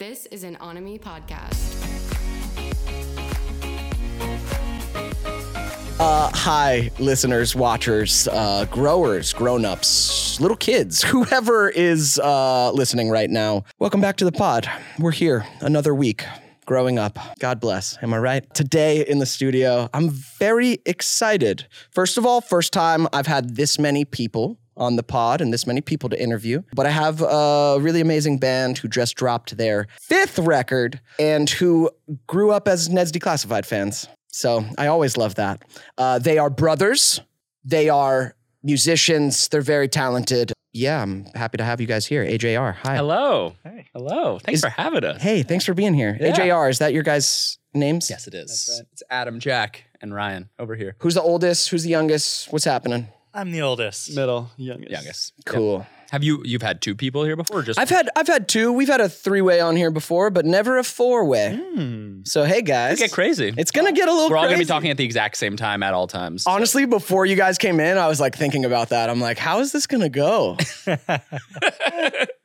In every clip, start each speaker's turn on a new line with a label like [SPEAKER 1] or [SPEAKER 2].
[SPEAKER 1] This is an Onami podcast.
[SPEAKER 2] Uh, hi, listeners, watchers, uh, growers, grown-ups, little kids, whoever is uh, listening right now. Welcome back to the pod. We're here another week. Growing up. God bless. Am I right? Today in the studio, I'm very excited. First of all, first time I've had this many people on the pod and this many people to interview. But I have a really amazing band who just dropped their fifth record and who grew up as Ned's Declassified fans. So I always love that. Uh, they are brothers. They are musicians. They're very talented. Yeah, I'm happy to have you guys here. AJR, hi.
[SPEAKER 3] Hello. Hey. Hello. Thanks for having us.
[SPEAKER 2] Hey, thanks for being here.
[SPEAKER 3] Yeah.
[SPEAKER 2] AJR, is that your guys' names?
[SPEAKER 3] Yes, it is. It's Adam, Jack, and Ryan over here.
[SPEAKER 2] Who's the oldest? Who's the youngest? What's happening?
[SPEAKER 4] I'm the oldest.
[SPEAKER 5] middle, youngest.
[SPEAKER 3] Youngest.
[SPEAKER 2] Cool.
[SPEAKER 3] Have you you've had two people here before? Or just
[SPEAKER 2] I've had I've had two. We've had a three way on here before, but never a four way. So hey guys,
[SPEAKER 3] Hmm. get crazy.
[SPEAKER 2] It's gonna get a little.
[SPEAKER 3] We're all gonna be
[SPEAKER 2] crazy.
[SPEAKER 3] talking at the exact same time at all times.
[SPEAKER 2] Honestly, before you guys came in, I was like thinking about that. I'm like, how is this gonna go?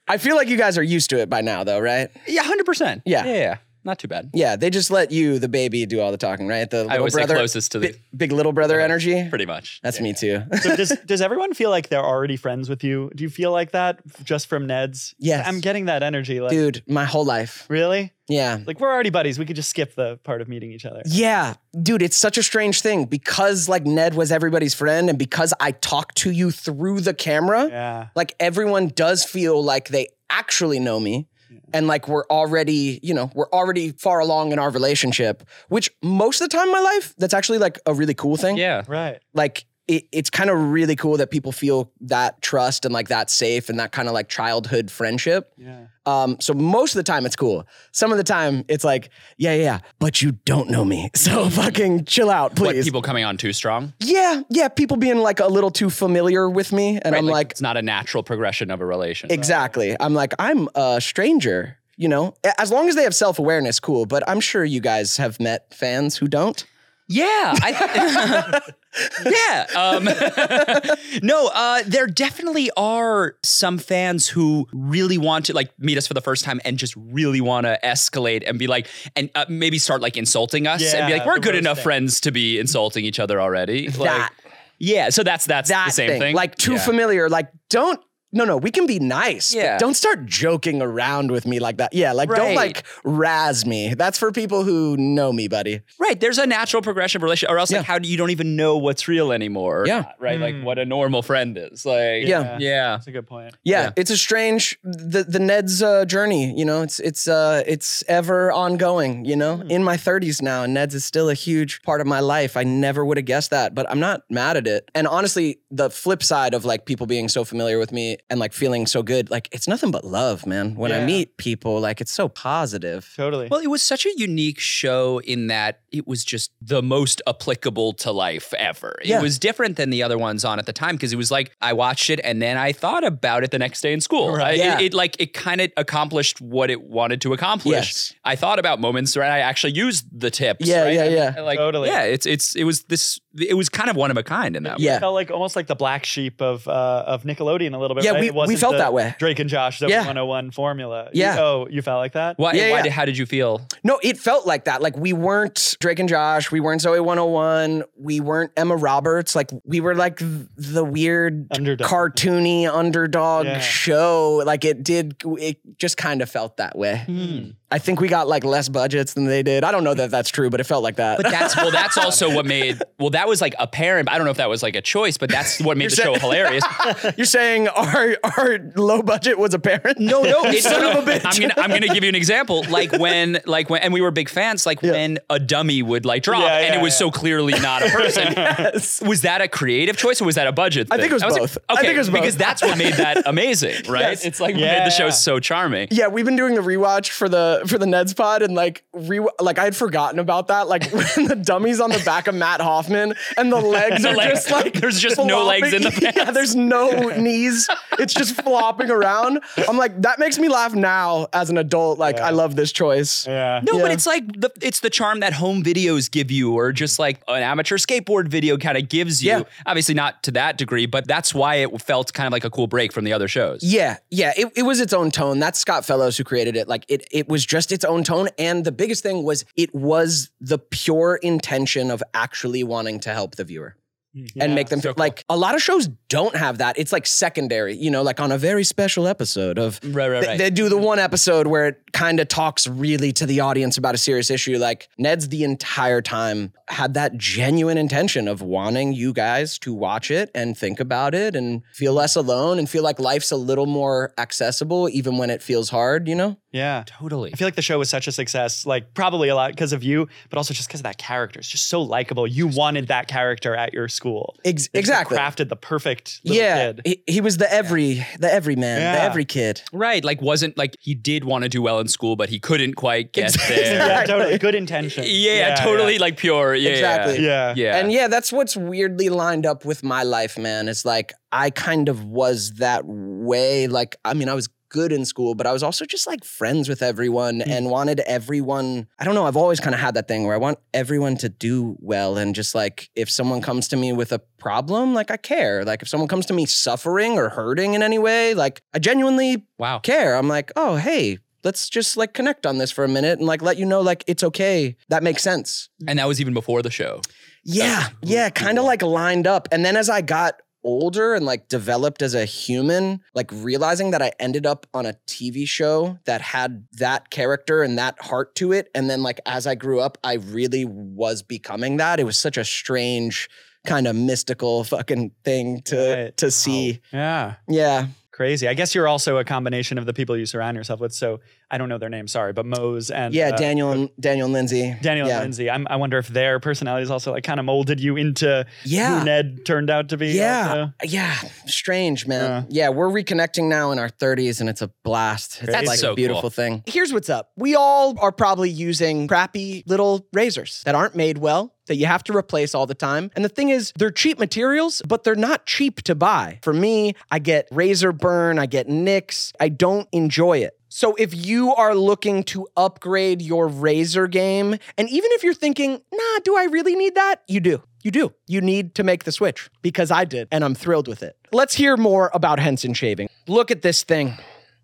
[SPEAKER 2] I feel like you guys are used to it by now, though, right?
[SPEAKER 3] yeah, hundred percent.
[SPEAKER 2] Yeah.
[SPEAKER 3] yeah. Yeah. Not too bad.
[SPEAKER 2] Yeah, they just let you, the baby, do all the talking, right? The little
[SPEAKER 3] I always say
[SPEAKER 2] brother,
[SPEAKER 3] closest to the
[SPEAKER 2] big, big little brother energy.
[SPEAKER 3] pretty much.
[SPEAKER 2] That's me too.
[SPEAKER 5] So does does everyone feel like they're already friends with you? Do you feel like that f- just from Ned's?
[SPEAKER 2] Yes.
[SPEAKER 5] I'm getting that energy. Like,
[SPEAKER 2] Dude, my whole life.
[SPEAKER 5] really?
[SPEAKER 2] Yeah.
[SPEAKER 5] Like we're already buddies. We could just skip the part of meeting each other.
[SPEAKER 2] Yeah, dude, it's such a strange thing because like Ned was everybody's friend, and because I talk to you through the camera,
[SPEAKER 5] Yeah.
[SPEAKER 2] like everyone does feel like they actually know me and like we're already you know we're already far along in our relationship which most of the time in my life that's actually like a really cool thing
[SPEAKER 3] Yeah.
[SPEAKER 5] Right.
[SPEAKER 2] like it, it's kind of really cool that people feel that trust and like that safe and that kind of like childhood friendship
[SPEAKER 5] Yeah.
[SPEAKER 2] um so most of the time it's cool some of the time it's like yeah yeah, yeah but you don't know me so fucking chill out
[SPEAKER 3] What
[SPEAKER 2] please
[SPEAKER 3] people coming on too strong?
[SPEAKER 2] yeah yeah people being like a little too familiar with me and
[SPEAKER 3] Right,
[SPEAKER 2] i'm like
[SPEAKER 3] it's not a natural progression of a relation.
[SPEAKER 2] Exactly. I'm like, I'm a stranger. You know, A- as long as they have self awareness, cool. But I'm sure you guys have met fans who don't.
[SPEAKER 3] Yeah, I, yeah. Um, no, uh, there definitely are some fans who really want to like meet us for the first time and just really want to escalate and be like, and uh, maybe start like insulting us and be
[SPEAKER 5] Yeah,
[SPEAKER 3] like, we're
[SPEAKER 5] the
[SPEAKER 3] good enough
[SPEAKER 5] roasting.
[SPEAKER 3] friends to be insulting each other already. Like,
[SPEAKER 2] That.
[SPEAKER 3] Yeah, so that's that's
[SPEAKER 2] That
[SPEAKER 3] the same thing.
[SPEAKER 2] like too
[SPEAKER 3] Yeah.
[SPEAKER 2] familiar. Like, don't. No, no, we can be nice. but
[SPEAKER 3] Yeah.
[SPEAKER 2] Don't start joking around with me like that. Yeah, like don't
[SPEAKER 3] Right.
[SPEAKER 2] like razz me. That's for people who know me, buddy.
[SPEAKER 3] Right, there's a natural progression of relation, or else
[SPEAKER 2] Yeah.
[SPEAKER 3] like how do you don't even know what's real anymore? or
[SPEAKER 2] Yeah.
[SPEAKER 3] not, right, like what a normal friend is. Like
[SPEAKER 2] Yeah.
[SPEAKER 3] yeah.
[SPEAKER 5] That's a good point.
[SPEAKER 2] Yeah,
[SPEAKER 3] Yeah.
[SPEAKER 2] it's a strange the the Ned's uh, journey. You know, it's it's uh it's ever ongoing. You know, in my 30s now, and Ned's is still a huge part of my life. I never would have guessed that, but I'm not mad at it. And honestly, the flip side of like people being so familiar with me and like feeling so good, like it's nothing but love, man. When I
[SPEAKER 5] Yeah.
[SPEAKER 2] meet people, like it's so positive.
[SPEAKER 5] Totally.
[SPEAKER 3] Well, it was such a unique show in that it was just the most applicable to life ever.
[SPEAKER 2] Yeah.
[SPEAKER 3] It was different than the other ones on at the time because it was like I watched it and then I thought about it the next day in school.
[SPEAKER 5] Right.
[SPEAKER 3] I- it-
[SPEAKER 2] Yeah.
[SPEAKER 3] it, like it kind of accomplished what it wanted to accomplish.
[SPEAKER 2] Yes.
[SPEAKER 3] I thought about moments right. I actually used the tips.
[SPEAKER 2] Yeah,
[SPEAKER 3] right?
[SPEAKER 2] yeah,
[SPEAKER 3] I mean,
[SPEAKER 2] yeah.
[SPEAKER 3] I Like
[SPEAKER 5] Totally.
[SPEAKER 3] yeah, it's it's it was this it was kind of one of a kind in that. way.
[SPEAKER 2] Yeah.
[SPEAKER 5] Felt like almost like the black sheep of uh, of Nickelodeon a little bit.
[SPEAKER 2] Yeah,
[SPEAKER 5] right?
[SPEAKER 2] we-
[SPEAKER 5] It
[SPEAKER 2] we
[SPEAKER 5] wasn't
[SPEAKER 2] felt
[SPEAKER 5] the
[SPEAKER 2] that way.
[SPEAKER 5] Drake and Josh, the
[SPEAKER 2] Yeah.
[SPEAKER 5] 101 formula.
[SPEAKER 2] Yeah.
[SPEAKER 5] You, oh, you felt like that?
[SPEAKER 3] Why,
[SPEAKER 2] Yeah,
[SPEAKER 3] why
[SPEAKER 2] yeah.
[SPEAKER 3] Did, how did you feel?
[SPEAKER 2] No, it felt like that. Like we weren't Drake and Josh, we weren't Zoe 101, we weren't Emma Roberts. Like we were like th- the weird
[SPEAKER 5] Underdog.
[SPEAKER 2] cartoony underdog
[SPEAKER 5] Yeah.
[SPEAKER 2] show. Like it did it just kind of felt that way.
[SPEAKER 3] Hmm.
[SPEAKER 2] I think we got like less budgets than they did. I don't know that that's true, but it felt like that.
[SPEAKER 3] But that's well, that's also what made well, that was like apparent. but I don't know if that was like a choice, but that's what made the show
[SPEAKER 2] saying-
[SPEAKER 3] hilarious.
[SPEAKER 2] You're saying our our low budget was apparent?
[SPEAKER 3] No, no, it's
[SPEAKER 2] son
[SPEAKER 3] no,
[SPEAKER 2] of a bitch.
[SPEAKER 3] I'm gonna I'm gonna give you an example. Like when like when and we were big fans, like when a dummy would like drop
[SPEAKER 5] Yeah,
[SPEAKER 3] and
[SPEAKER 5] yeah,
[SPEAKER 3] it was
[SPEAKER 5] yeah.
[SPEAKER 3] so clearly not a person.
[SPEAKER 2] Yes.
[SPEAKER 3] Was that a creative choice or was that a budget?
[SPEAKER 2] I think
[SPEAKER 3] thing?
[SPEAKER 2] it was
[SPEAKER 3] like,
[SPEAKER 2] both. I think it was both.
[SPEAKER 3] Because that's what made that amazing, right?
[SPEAKER 2] Yes.
[SPEAKER 3] It's like what
[SPEAKER 5] Yeah.
[SPEAKER 3] made the show so charming.
[SPEAKER 2] Yeah, we've been doing the rewatch for the for the Ned's pod, and like re like I had forgotten about that. Like when the dummies on the back of Matt Hoffman person, and the legs
[SPEAKER 3] The
[SPEAKER 2] are
[SPEAKER 3] leg-
[SPEAKER 2] just like
[SPEAKER 3] there's just no legs in the
[SPEAKER 2] flopping- Yeah,
[SPEAKER 3] pants.
[SPEAKER 2] there's no knees. It's just flopping around. I'm like, that makes me laugh now as an adult. Like, I love this choice.
[SPEAKER 5] Yeah.
[SPEAKER 3] No, but
[SPEAKER 2] Yeah.
[SPEAKER 3] it's like the, it's the charm that home videos give you, or just like an amateur skateboard video kind of gives you.
[SPEAKER 2] Yeah.
[SPEAKER 3] Obviously, not to that degree, but that's why it felt kind of like a cool break from the other shows.
[SPEAKER 2] Yeah, yeah. It, it was its own tone. That's Scott Fellows who created it. Like it it was just its own tone. And the biggest thing was it was the pure intention of actually wanting to help the viewer.
[SPEAKER 5] Mm-hmm.
[SPEAKER 2] and make them
[SPEAKER 3] so
[SPEAKER 2] feel
[SPEAKER 3] cool.
[SPEAKER 2] like a lot of shows don't have that. It's like secondary, you know, like on a very special episode of
[SPEAKER 3] Right, Mm, right,
[SPEAKER 2] They-
[SPEAKER 3] right.
[SPEAKER 2] They, do the one episode where it kind of talks really to the audience about a serious issue. Like Ned's the entire time had that genuine intention of wanting you guys to watch it and think about it and feel less alone and feel like life's a little more accessible even when it feels hard, you know?
[SPEAKER 5] Yeah.
[SPEAKER 3] Totally.
[SPEAKER 5] I feel like the show was such a success, like probably a lot because of you, but also just because of that character. It's just so likable. You wanted that character at your school.
[SPEAKER 2] Ex-
[SPEAKER 5] They just
[SPEAKER 2] exactly.
[SPEAKER 5] Crafted the perfect little
[SPEAKER 2] Yeah.
[SPEAKER 5] kid.
[SPEAKER 2] He, he was the every the every man, the
[SPEAKER 5] Yeah.
[SPEAKER 2] every kid.
[SPEAKER 3] Right. Like, wasn't like he did want to do well in school, but he couldn't quite get there.
[SPEAKER 5] Yeah,
[SPEAKER 2] Exactly.
[SPEAKER 5] totally. Good intention.
[SPEAKER 3] Yeah, totally like pure. Yeah.
[SPEAKER 2] Exactly.
[SPEAKER 5] Yeah.
[SPEAKER 3] Yeah.
[SPEAKER 2] And yeah, that's what's weirdly lined up with my life, man. It's like I kind of was that way. Like, I mean, I was good in school, but I was also just like friends with everyone and wanted everyone. I don't know. I've always kind of had that thing where I want everyone to do well. And just like if someone comes to me with a problem, like I care. Like if someone comes to me suffering or hurting in any way, like I genuinely
[SPEAKER 3] Wow.
[SPEAKER 2] care. I'm like, oh, hey, let's just like connect on this for a minute and like let you know like it's okay. That makes sense.
[SPEAKER 3] And that was even before the show.
[SPEAKER 2] Yeah,
[SPEAKER 3] That's who
[SPEAKER 2] yeah,
[SPEAKER 3] you
[SPEAKER 2] kind of
[SPEAKER 3] are.
[SPEAKER 2] like lined up. And then as I got older and like developed as a human, like realizing that I ended up on a TV show that had that character and that heart to it. And then like as I grew up, I really was becoming that. It was such a strange kind of mystical fucking thing to
[SPEAKER 5] Right.
[SPEAKER 2] to see.
[SPEAKER 5] Yeah.
[SPEAKER 2] Yeah.
[SPEAKER 5] Crazy. I guess you're also a combination of the people you surround yourself with. So I don't know their name, sorry, but Mose and
[SPEAKER 2] yeah,
[SPEAKER 5] uh,
[SPEAKER 2] Daniel and Daniel and Lindsay.
[SPEAKER 5] Daniel
[SPEAKER 2] yeah.
[SPEAKER 5] and Lindsay. I'm, I wonder if their personalities also like kind of molded you into
[SPEAKER 2] Yeah.
[SPEAKER 5] who Ned turned out to be.
[SPEAKER 2] Yeah.
[SPEAKER 5] also.
[SPEAKER 2] Yeah, strange, man. Yeah. we're reconnecting now in our 30s and it's a blast. It's
[SPEAKER 5] That's
[SPEAKER 2] like
[SPEAKER 3] so
[SPEAKER 2] a beautiful
[SPEAKER 3] cool.
[SPEAKER 2] thing. Here's what's up. We all are probably using crappy little razors that aren't made well. That you have to replace all the time. And the thing is, they're cheap materials, but they're not cheap to buy. For me, I get razor burn, I get nicks, I don't enjoy it. So if you are looking to upgrade your razor game, and even if you're thinking, nah, do I really need that? You do. You do. You need to make the switch because I did, and I'm thrilled with it. Let's hear more about Henson shaving. Look at this thing.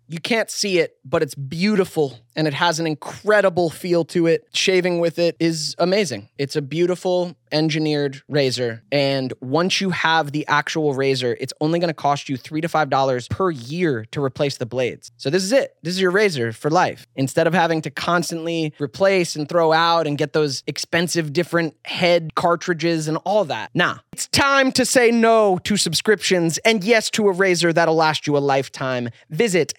[SPEAKER 2] You can't see it, but it's beautiful and it has an incredible feel to it. Shaving with it is amazing. It's a beautiful engineered razor. And once you have the actual razor, it's only going to cost you three to five dollars per year to replace the blades. So this is it. This is your razor for life. Instead of having to constantly replace and throw out and get those expensive different head cartridges and all that. Nah. It's time to say no to subscriptions and yes to a razor that'll last you a lifetime. Visit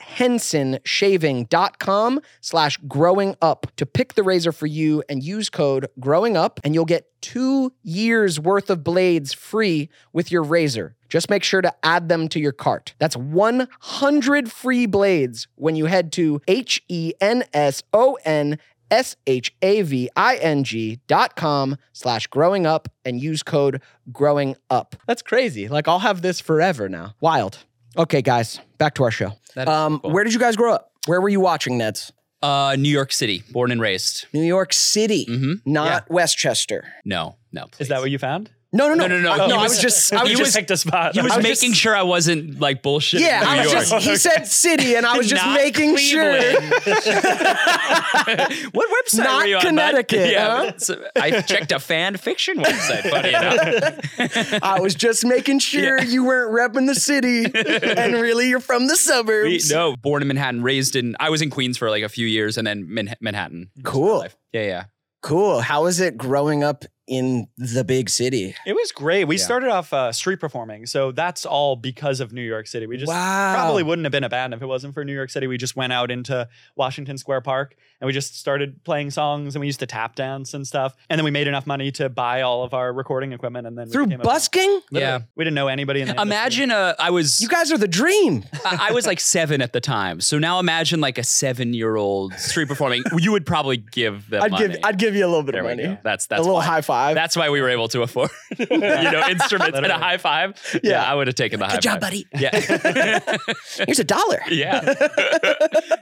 [SPEAKER 2] hensonshaving.com slash growing up to pick the razor for you and use code growing up and you'll get two years worth of blades free with your razor. Just make sure to add them to your cart. That's 100 free blades when you head to H E N S O N S H A V I N G dot com slash growing up and use code growing up. That's crazy. Like I'll have this forever now. Wild. Okay, guys, back to our show.
[SPEAKER 3] That is
[SPEAKER 2] Um,
[SPEAKER 3] cool.
[SPEAKER 2] Where did you guys grow up? Where were you watching Neds?
[SPEAKER 3] Uh, New York City, born and raised.
[SPEAKER 2] New York City,
[SPEAKER 3] Mhm.
[SPEAKER 2] not Westchester.
[SPEAKER 3] No, no. Please.
[SPEAKER 5] Is that what you found?
[SPEAKER 2] No, no, no,
[SPEAKER 3] No, no, no.
[SPEAKER 2] I,
[SPEAKER 3] He
[SPEAKER 2] I
[SPEAKER 3] was-
[SPEAKER 2] was just, I was
[SPEAKER 3] he
[SPEAKER 5] You
[SPEAKER 2] just,
[SPEAKER 5] just picked a spot.
[SPEAKER 3] He was,
[SPEAKER 2] I was
[SPEAKER 3] making
[SPEAKER 2] just-
[SPEAKER 3] sure I wasn't like bullshit.
[SPEAKER 2] yeah,
[SPEAKER 3] New
[SPEAKER 2] I was
[SPEAKER 3] York.
[SPEAKER 2] just. He said city, and I was just
[SPEAKER 3] Not
[SPEAKER 2] making sure.
[SPEAKER 3] Cleveland. what website
[SPEAKER 2] Not
[SPEAKER 3] were you on, bud?
[SPEAKER 2] Connecticut, huh?
[SPEAKER 3] Yeah, it's- I checked a fan fiction website. Funny enough,
[SPEAKER 2] I was just making sure you weren't repping the city, and really you're from the
[SPEAKER 3] We-
[SPEAKER 2] suburbs.
[SPEAKER 3] no, born in Manhattan, raised in. I was in Queens for like a few years, and then Manha- Manhattan.
[SPEAKER 2] Cool.
[SPEAKER 3] Life. Yeah, yeah.
[SPEAKER 2] Cool. How is it growing up in the big city?
[SPEAKER 5] It was great. We
[SPEAKER 3] Yeah.
[SPEAKER 5] started off uh, street performing, so that's all because of New York City. We just
[SPEAKER 2] Wow.
[SPEAKER 5] probably wouldn't have been a band if it wasn't for New York City. We just went out into Washington Square Park and we just started playing songs and we used to tap dance and stuff. And then we made enough money to buy all of our recording equipment and then we
[SPEAKER 2] Through
[SPEAKER 5] became a band.
[SPEAKER 2] busking?
[SPEAKER 3] Yeah.
[SPEAKER 5] Literally. we didn't know anybody in the industry.
[SPEAKER 3] Imagine uh, I was
[SPEAKER 2] You guys are the dream.
[SPEAKER 3] I I was like seven at the time, so now imagine like a seven-year-old street performing. You would probably give them. money.
[SPEAKER 2] I'd give you a little bit
[SPEAKER 3] There we go. That's that's
[SPEAKER 2] a little
[SPEAKER 3] fine.
[SPEAKER 2] high five.
[SPEAKER 3] That's why we were able to afford, you know, instruments and a
[SPEAKER 5] Literally.
[SPEAKER 3] high five. Yeah, I would have taken the high
[SPEAKER 2] Good job,
[SPEAKER 3] five.
[SPEAKER 2] buddy.
[SPEAKER 3] Yeah.
[SPEAKER 2] Here's a dollar.
[SPEAKER 3] yeah.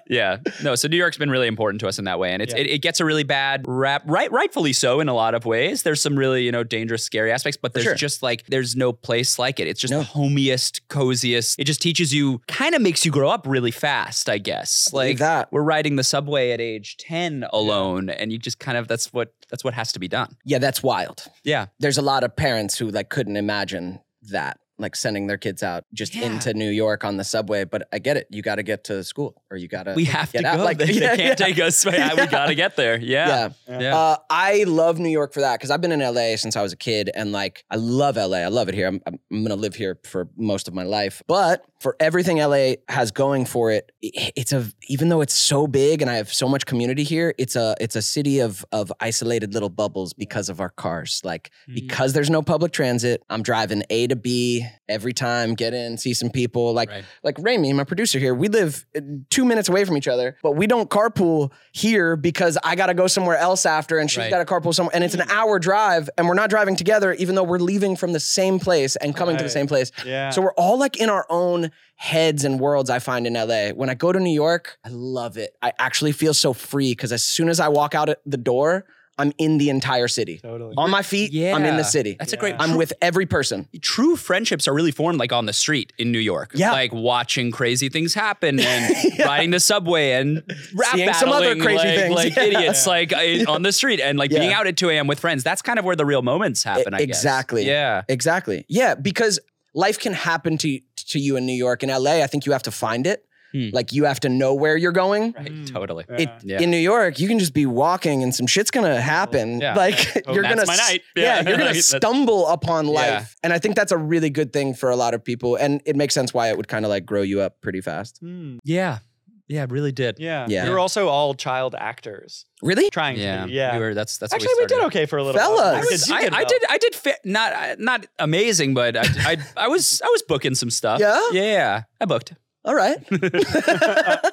[SPEAKER 3] yeah. No, so New York's been really important to us in that way. And it's,
[SPEAKER 5] Yeah.
[SPEAKER 3] it, it gets a really bad rap, right? Rightfully so in a lot of ways. There's some really, you know, dangerous, scary aspects, but there's
[SPEAKER 2] sure.
[SPEAKER 3] just like, there's no place like it. It's just
[SPEAKER 2] No.
[SPEAKER 3] the homiest, coziest. It just teaches you, kind of makes you grow up really fast, I guess.
[SPEAKER 2] believe
[SPEAKER 3] Like
[SPEAKER 2] that.
[SPEAKER 3] we're riding the subway at age 10 alone. And you just kind of, that's what, that's what has to be done.
[SPEAKER 2] Yeah, that's wild.
[SPEAKER 3] Yeah.
[SPEAKER 2] There's a lot of parents who like couldn't imagine that, like sending their kids out just
[SPEAKER 3] Yeah.
[SPEAKER 2] into New York on the subway. But I get it. You got to get to school, or you got to.
[SPEAKER 3] We have
[SPEAKER 2] get
[SPEAKER 3] to
[SPEAKER 2] out.
[SPEAKER 3] go.
[SPEAKER 2] Like,
[SPEAKER 3] they, they
[SPEAKER 2] yeah,
[SPEAKER 3] can't
[SPEAKER 2] yeah.
[SPEAKER 3] take us.
[SPEAKER 2] Yeah.
[SPEAKER 3] We got to get there. Yeah.
[SPEAKER 2] yeah.
[SPEAKER 3] Yeah.
[SPEAKER 2] Uh, I love New York for that because I've been in LA since I was a kid, and like I love LA. I love it here. I'm, I'm, I'm gonna live here for most of my life. But for everything LA has going for it, i- it's a even though it's so big and I have so much community here, it's a it's a city of of isolated little bubbles because of our cars. Like because there's no public transit, I'm driving A to B every time. Get in, see some people. Like
[SPEAKER 3] Right.
[SPEAKER 2] like Rami, my producer here, we live uh, two minutes away from each other, but we don't carpool here because I got to go somewhere else after, and she's
[SPEAKER 3] Right.
[SPEAKER 2] got to carpool somewhere, and it's an hour drive, and we're not driving together, even though we're leaving from the same place and coming to the
[SPEAKER 5] Right.
[SPEAKER 2] same place.
[SPEAKER 5] Yeah.
[SPEAKER 2] So we're all like in our own heads and worlds. I find in LA. When I go to New York, I love it. I actually feel so free because as soon as I walk out at the door, I'm in the entire city.
[SPEAKER 5] totally.
[SPEAKER 2] On my feet, I'm in the city.
[SPEAKER 3] That's a great.
[SPEAKER 5] Yeah.
[SPEAKER 2] I'm with every person.
[SPEAKER 3] true friendships are really formed like on the street in New York.
[SPEAKER 2] Yeah.
[SPEAKER 3] Like watching crazy things happen and riding the subway and rap
[SPEAKER 2] Seeing some
[SPEAKER 3] battling
[SPEAKER 2] other crazy
[SPEAKER 3] like,
[SPEAKER 2] things.
[SPEAKER 3] like
[SPEAKER 2] Yeah.
[SPEAKER 3] idiots like I- on the street and like
[SPEAKER 2] Yeah. E,
[SPEAKER 3] being out at 2 a.m. with friends. That's kind of where the real moments happen, I guess.
[SPEAKER 2] exactly.
[SPEAKER 3] Yeah.
[SPEAKER 2] Exactly. Yeah, because life can happen to to you in New York. In LA, I think you have to find it.
[SPEAKER 3] Hmm.
[SPEAKER 2] Like you have to know where you're going.
[SPEAKER 5] Right.
[SPEAKER 3] Right,
[SPEAKER 5] Mm.
[SPEAKER 3] Totally.
[SPEAKER 5] Yeah.
[SPEAKER 2] It,
[SPEAKER 3] Yeah.
[SPEAKER 2] In New York, you can just be walking and some shit's gonna happen.
[SPEAKER 3] Yeah.
[SPEAKER 2] Like
[SPEAKER 5] Oh,
[SPEAKER 2] you're
[SPEAKER 5] that's
[SPEAKER 2] gonna
[SPEAKER 5] my
[SPEAKER 2] s-
[SPEAKER 5] night.
[SPEAKER 2] Yeah,
[SPEAKER 5] Yeah.
[SPEAKER 2] you're gonna
[SPEAKER 5] Like, that's-
[SPEAKER 2] stumble upon life.
[SPEAKER 3] Yeah.
[SPEAKER 2] And I think that's a really good thing for a lot of people. And it makes sense why it would kind of like grow you up pretty fast.
[SPEAKER 5] Mm.
[SPEAKER 3] Yeah. Yeah, it really did.
[SPEAKER 5] Yeah.
[SPEAKER 2] Yeah.
[SPEAKER 5] We were also all child actors
[SPEAKER 2] Really?
[SPEAKER 5] trying
[SPEAKER 3] Yeah.
[SPEAKER 5] to. Be. Yeah.
[SPEAKER 3] We were that's that's how
[SPEAKER 5] Actually, we, did
[SPEAKER 3] started.
[SPEAKER 5] okay for a little
[SPEAKER 2] Fellas.
[SPEAKER 5] while.
[SPEAKER 3] I, was,
[SPEAKER 5] You
[SPEAKER 3] I,
[SPEAKER 5] did
[SPEAKER 3] I
[SPEAKER 5] well.
[SPEAKER 3] did. I did. Fit, not uh, not amazing, but I, I I was I was booking some stuff.
[SPEAKER 2] Yeah?
[SPEAKER 3] yeah. I booked.
[SPEAKER 2] All right.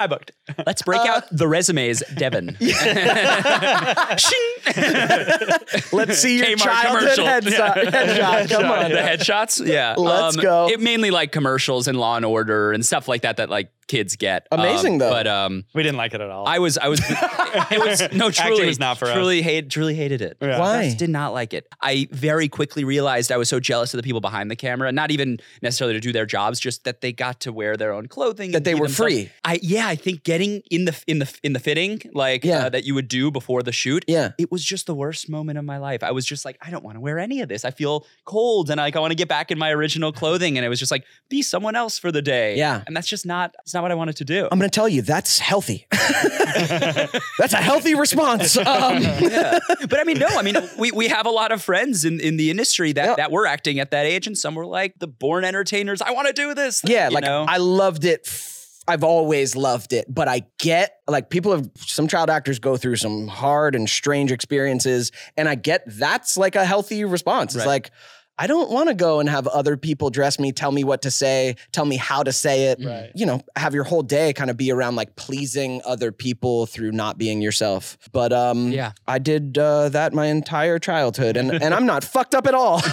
[SPEAKER 5] I booked.
[SPEAKER 3] Let's break out the resumes, Devin.
[SPEAKER 2] Let's see your
[SPEAKER 3] Kmart
[SPEAKER 2] childhood
[SPEAKER 3] commercial.
[SPEAKER 2] headshot. headshot. Come on.
[SPEAKER 3] the headshots. Yeah. Um,
[SPEAKER 2] Let's go.
[SPEAKER 3] It mainly like commercials and Law and Order and stuff like that that like kids get. Um,
[SPEAKER 2] Amazing, though.
[SPEAKER 3] But um,
[SPEAKER 5] We didn't like it at all.
[SPEAKER 3] I was I was it was no
[SPEAKER 5] Acting
[SPEAKER 3] truly
[SPEAKER 5] was not for us.
[SPEAKER 3] truly hate truly hated it.
[SPEAKER 5] Yeah.
[SPEAKER 2] Why?
[SPEAKER 3] Just did not like it. I very quickly realized I was so jealous of the people behind the camera, not even necessarily to do their jobs, just that they got to wear their own clothing.
[SPEAKER 2] That
[SPEAKER 3] and
[SPEAKER 2] they
[SPEAKER 3] be
[SPEAKER 2] were
[SPEAKER 3] themselves.
[SPEAKER 2] free.
[SPEAKER 3] I yeah, I think getting in the in the in the fitting like
[SPEAKER 2] Yeah.
[SPEAKER 3] uh, that you would do before the shoot.
[SPEAKER 2] Yeah.
[SPEAKER 3] It was just the worst moment of my life. I was just like, I don't want to wear any of this. I feel cold and like I want to get back in my original clothing. And it was just like, be someone else for the day.
[SPEAKER 2] Yeah.
[SPEAKER 3] And that's just not it's not what I wanted to do.
[SPEAKER 2] I'm going to tell you that's healthy. that's a healthy response. Um,
[SPEAKER 3] yeah. But I mean, no, I mean, we, we have a lot of friends in, in the industry that,
[SPEAKER 2] Yeah.
[SPEAKER 3] that were acting at that age, and some were like the born entertainers. I want to do this.
[SPEAKER 2] yeah,
[SPEAKER 3] you
[SPEAKER 2] like
[SPEAKER 3] know?
[SPEAKER 2] I loved it. f- I've always loved it, but I get like people have some child actors go through some hard and strange experiences, and I get that's like a healthy response. It's
[SPEAKER 3] Right.
[SPEAKER 2] like I don't want to go and have other people dress me, tell me what to say, tell me how to say it.
[SPEAKER 5] Right.
[SPEAKER 2] You know, have your whole day kind of be around like pleasing other people through not being yourself. But um,
[SPEAKER 3] Yeah.
[SPEAKER 2] I did uh, that my entire childhood, and and I'm not fucked up at all.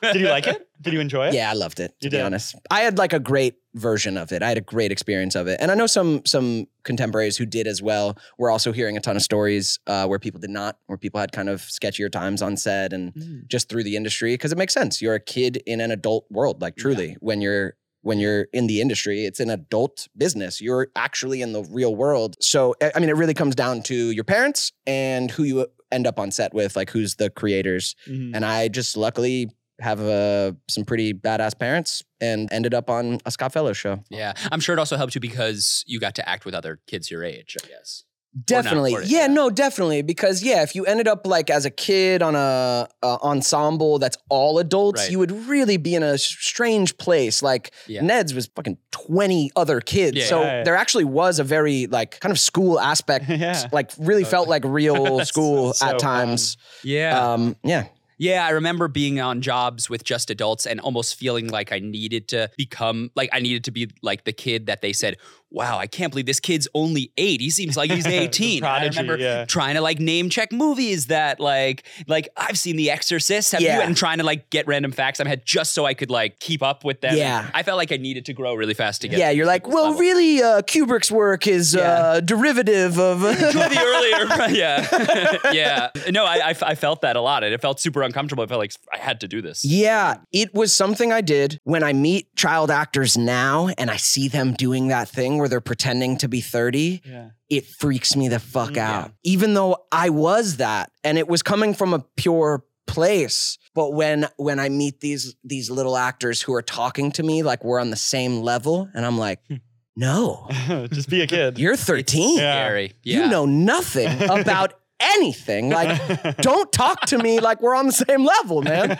[SPEAKER 5] Did you like it? Did you enjoy it?
[SPEAKER 2] Yeah, I loved it. To
[SPEAKER 5] You
[SPEAKER 2] be
[SPEAKER 5] did?
[SPEAKER 2] honest, I had like a great version of it. I had a great experience of it, and I know some some contemporaries who did as well. We're also hearing a ton of stories uh, where people did not, where people had kind of sketchier times on set and
[SPEAKER 3] Mm.
[SPEAKER 2] just through the industry because it makes sense. You're a kid in an adult world, like truly. When you're when you're in the industry, it's an adult business. You're actually in the real world. So I I mean, it really comes down to your parents and who you end up on set with, like who's the creators
[SPEAKER 5] Mhm.
[SPEAKER 2] and I just luckily have uh, some pretty badass parents and ended up on a Scott Fellows show.
[SPEAKER 3] yeah. I'm sure it also helped you because you got to act with other kids your age, I guess.
[SPEAKER 2] Definitely,
[SPEAKER 3] or-
[SPEAKER 2] yeah,
[SPEAKER 3] yeah.
[SPEAKER 2] no, definitely because yeah, if you ended up like as a kid on a uh, ensemble that's all adults,
[SPEAKER 3] Right.
[SPEAKER 2] you would really be in a s- strange place. Like
[SPEAKER 3] Yeah.
[SPEAKER 2] Ned's was fucking twenty other kids,
[SPEAKER 3] Yeah.
[SPEAKER 2] so
[SPEAKER 5] Right.
[SPEAKER 2] there actually was a very like kind of school aspect.
[SPEAKER 5] Yeah.
[SPEAKER 2] Like really felt like real
[SPEAKER 5] That's
[SPEAKER 2] school
[SPEAKER 5] so
[SPEAKER 2] at
[SPEAKER 5] fun.
[SPEAKER 2] times.
[SPEAKER 3] um, Yeah.
[SPEAKER 2] Um, yeah,
[SPEAKER 3] Yeah, I remember being on jobs with just adults and almost feeling like I needed to become like I needed to be like the kid that they said, wow, I can't believe this kid's only eight. He seems like he's 18. And I
[SPEAKER 5] prodigy,
[SPEAKER 3] remember
[SPEAKER 5] yeah.
[SPEAKER 3] trying to like name check movies that like, like I've seen The Exorcist. Have
[SPEAKER 2] Yeah.
[SPEAKER 3] you? And trying to like get random facts I had just so I could like keep up with them.
[SPEAKER 2] Yeah.
[SPEAKER 3] I felt like I needed to grow really fast to get
[SPEAKER 2] Yeah, you're like, well, really, uh, Kubrick's work is uh, derivative of.
[SPEAKER 3] the earlier, yeah, yeah. No, I, I, I felt that a lot, and it felt super uncomfortable. I felt like I had to do this.
[SPEAKER 2] yeah, it was something I did when I meet child actors now and I see them doing that thing where they're pretending to be 30.
[SPEAKER 5] Yeah.
[SPEAKER 2] It freaks me the fuck
[SPEAKER 5] Mm, yeah.
[SPEAKER 2] out. Even though I was that and it was coming from a pure place but when when i meet these these little actors who are talking to me like we're on the same level and i'm like
[SPEAKER 5] Hmm.
[SPEAKER 2] no
[SPEAKER 5] Mm-hmm. just be a kid.
[SPEAKER 2] you're 13
[SPEAKER 5] Yeah.
[SPEAKER 3] Scary. Yeah.
[SPEAKER 2] you know nothing about anything. Like, don't talk to me like we're on the same level, man.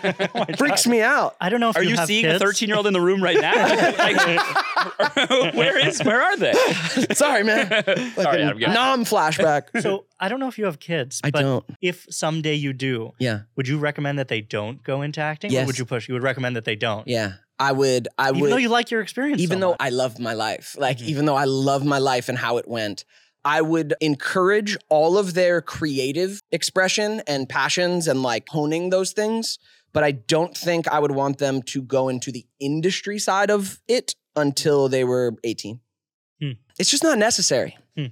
[SPEAKER 2] Freaks me out.
[SPEAKER 4] I don't know if
[SPEAKER 3] Are
[SPEAKER 4] you,
[SPEAKER 3] you
[SPEAKER 4] have
[SPEAKER 3] seeing
[SPEAKER 4] kids.
[SPEAKER 3] a 13 year old in the room right now? Like, where is, where are they?
[SPEAKER 2] Sorry, man.
[SPEAKER 3] Sorry, Adam. Yeah.
[SPEAKER 2] nom flashback.
[SPEAKER 4] So I don't know if you have kids,
[SPEAKER 2] I
[SPEAKER 4] but
[SPEAKER 2] don't.
[SPEAKER 4] if someday you do,
[SPEAKER 2] Yeah,
[SPEAKER 4] would you recommend that they don't go into acting? Or
[SPEAKER 2] Yes.
[SPEAKER 4] would you push? You would recommend that they don't.
[SPEAKER 2] yeah. I would. I
[SPEAKER 4] Even
[SPEAKER 2] would.
[SPEAKER 4] though you like your experience. Mm-hmm.
[SPEAKER 2] even
[SPEAKER 4] so
[SPEAKER 2] though
[SPEAKER 4] much.
[SPEAKER 2] I love my life, like even though I love my life and how it went, I would encourage all of their creative expression and passions and like honing those things. But I don't think I would want them to go into the industry side of it until they were 18.
[SPEAKER 4] Hmm.
[SPEAKER 2] It's just not necessary.
[SPEAKER 4] Hmm.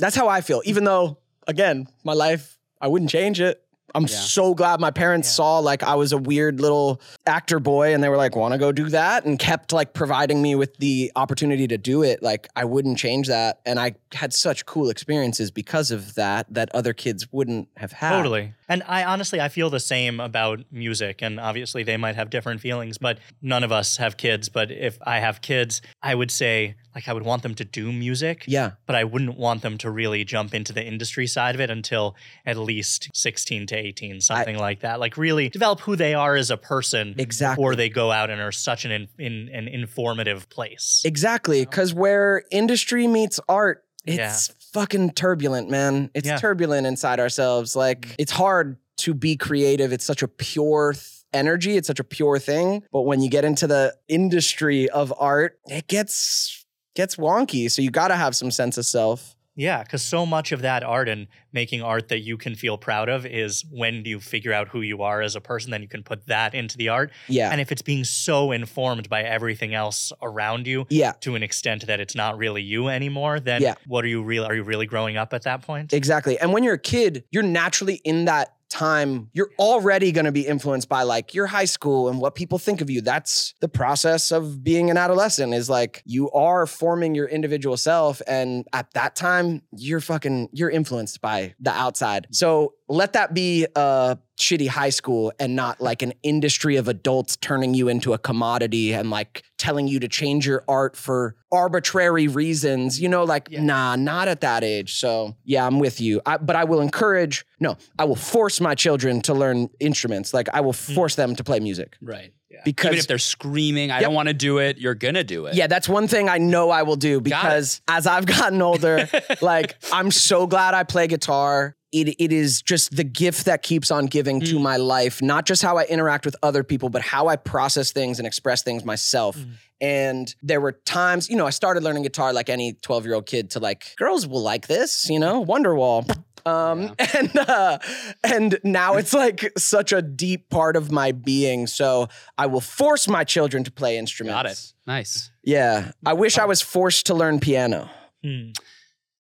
[SPEAKER 2] That's how I feel, even though, again, my life, I wouldn't change it. I'm so glad my parents saw like I was a weird little actor boy and they were like want to go do that and kept like providing me with the opportunity to do it like i wouldn't change that and i had such cool experiences because of that that other kids wouldn't have had
[SPEAKER 4] Totally. And I honestly, I feel the same about music. And obviously, they might have different feelings, but none of us have kids. But if I have kids, I would say, like, I would want them to do music,
[SPEAKER 2] yeah
[SPEAKER 4] but I wouldn't want them to really jump into the industry side of it until at least 16 to 18, something like that. Like, really develop who they are as a person
[SPEAKER 2] exactly
[SPEAKER 4] before they go out and are such an, in, in, an informative place.
[SPEAKER 2] exactly cuz where industry meets art it's
[SPEAKER 4] Yeah.
[SPEAKER 2] fucking turbulent man it's
[SPEAKER 4] Yeah. Mm.
[SPEAKER 2] turbulent inside ourselves like it's hard to be creative it's such a pure th- energy it's such a pure thing but when you get into the industry of art it gets gets wonky so you got to have some sense of self
[SPEAKER 4] Yeah, because so much of that art and making art that you can feel proud of is when you figure out who you are as a person, then you can put that into the art.
[SPEAKER 2] yeah
[SPEAKER 4] And if it's being so informed by everything else around you
[SPEAKER 2] Yeah,
[SPEAKER 4] to an extent that it's not really you anymore, then
[SPEAKER 2] Yeah.
[SPEAKER 4] what are you really are you really growing up at that point?
[SPEAKER 2] exactly. And when you're a kid, you're naturally in that time. You're already going to be influenced by like your high school and what people think of you. That's the process of being an adolescent is like you are forming your individual self and at that time you're fucking you're influenced by the outside. So let that be a shitty high school and not like an industry of adults turning you into a commodity and like telling you to change your art for arbitrary reasons you know like nah not at that age so yeah i'm with you I, but i will encourage no i will force my children to learn instruments like i will force them to play music
[SPEAKER 3] Hmm. Right. Yeah.
[SPEAKER 2] because
[SPEAKER 3] Even if they're screaming, I don't want to do it, you're going to do it.
[SPEAKER 2] yeah, that's one thing I know I will do because as I've gotten older, like I'm so glad I play guitar. It, it is just the gift that keeps on giving to
[SPEAKER 3] Mm.
[SPEAKER 2] my life, not just how I interact with other people, but how I process things and express things myself.
[SPEAKER 3] Mm.
[SPEAKER 2] And there were times, you know, I started learning guitar like any 12 year old kid to like, girls will like this, you know, Wonderwall. Um, and, uh, and now it's like such a deep part of my being. So I will force my children to play instruments.
[SPEAKER 3] Got it. Nice.
[SPEAKER 2] Yeah. I wish I was forced to learn piano.
[SPEAKER 4] Hmm.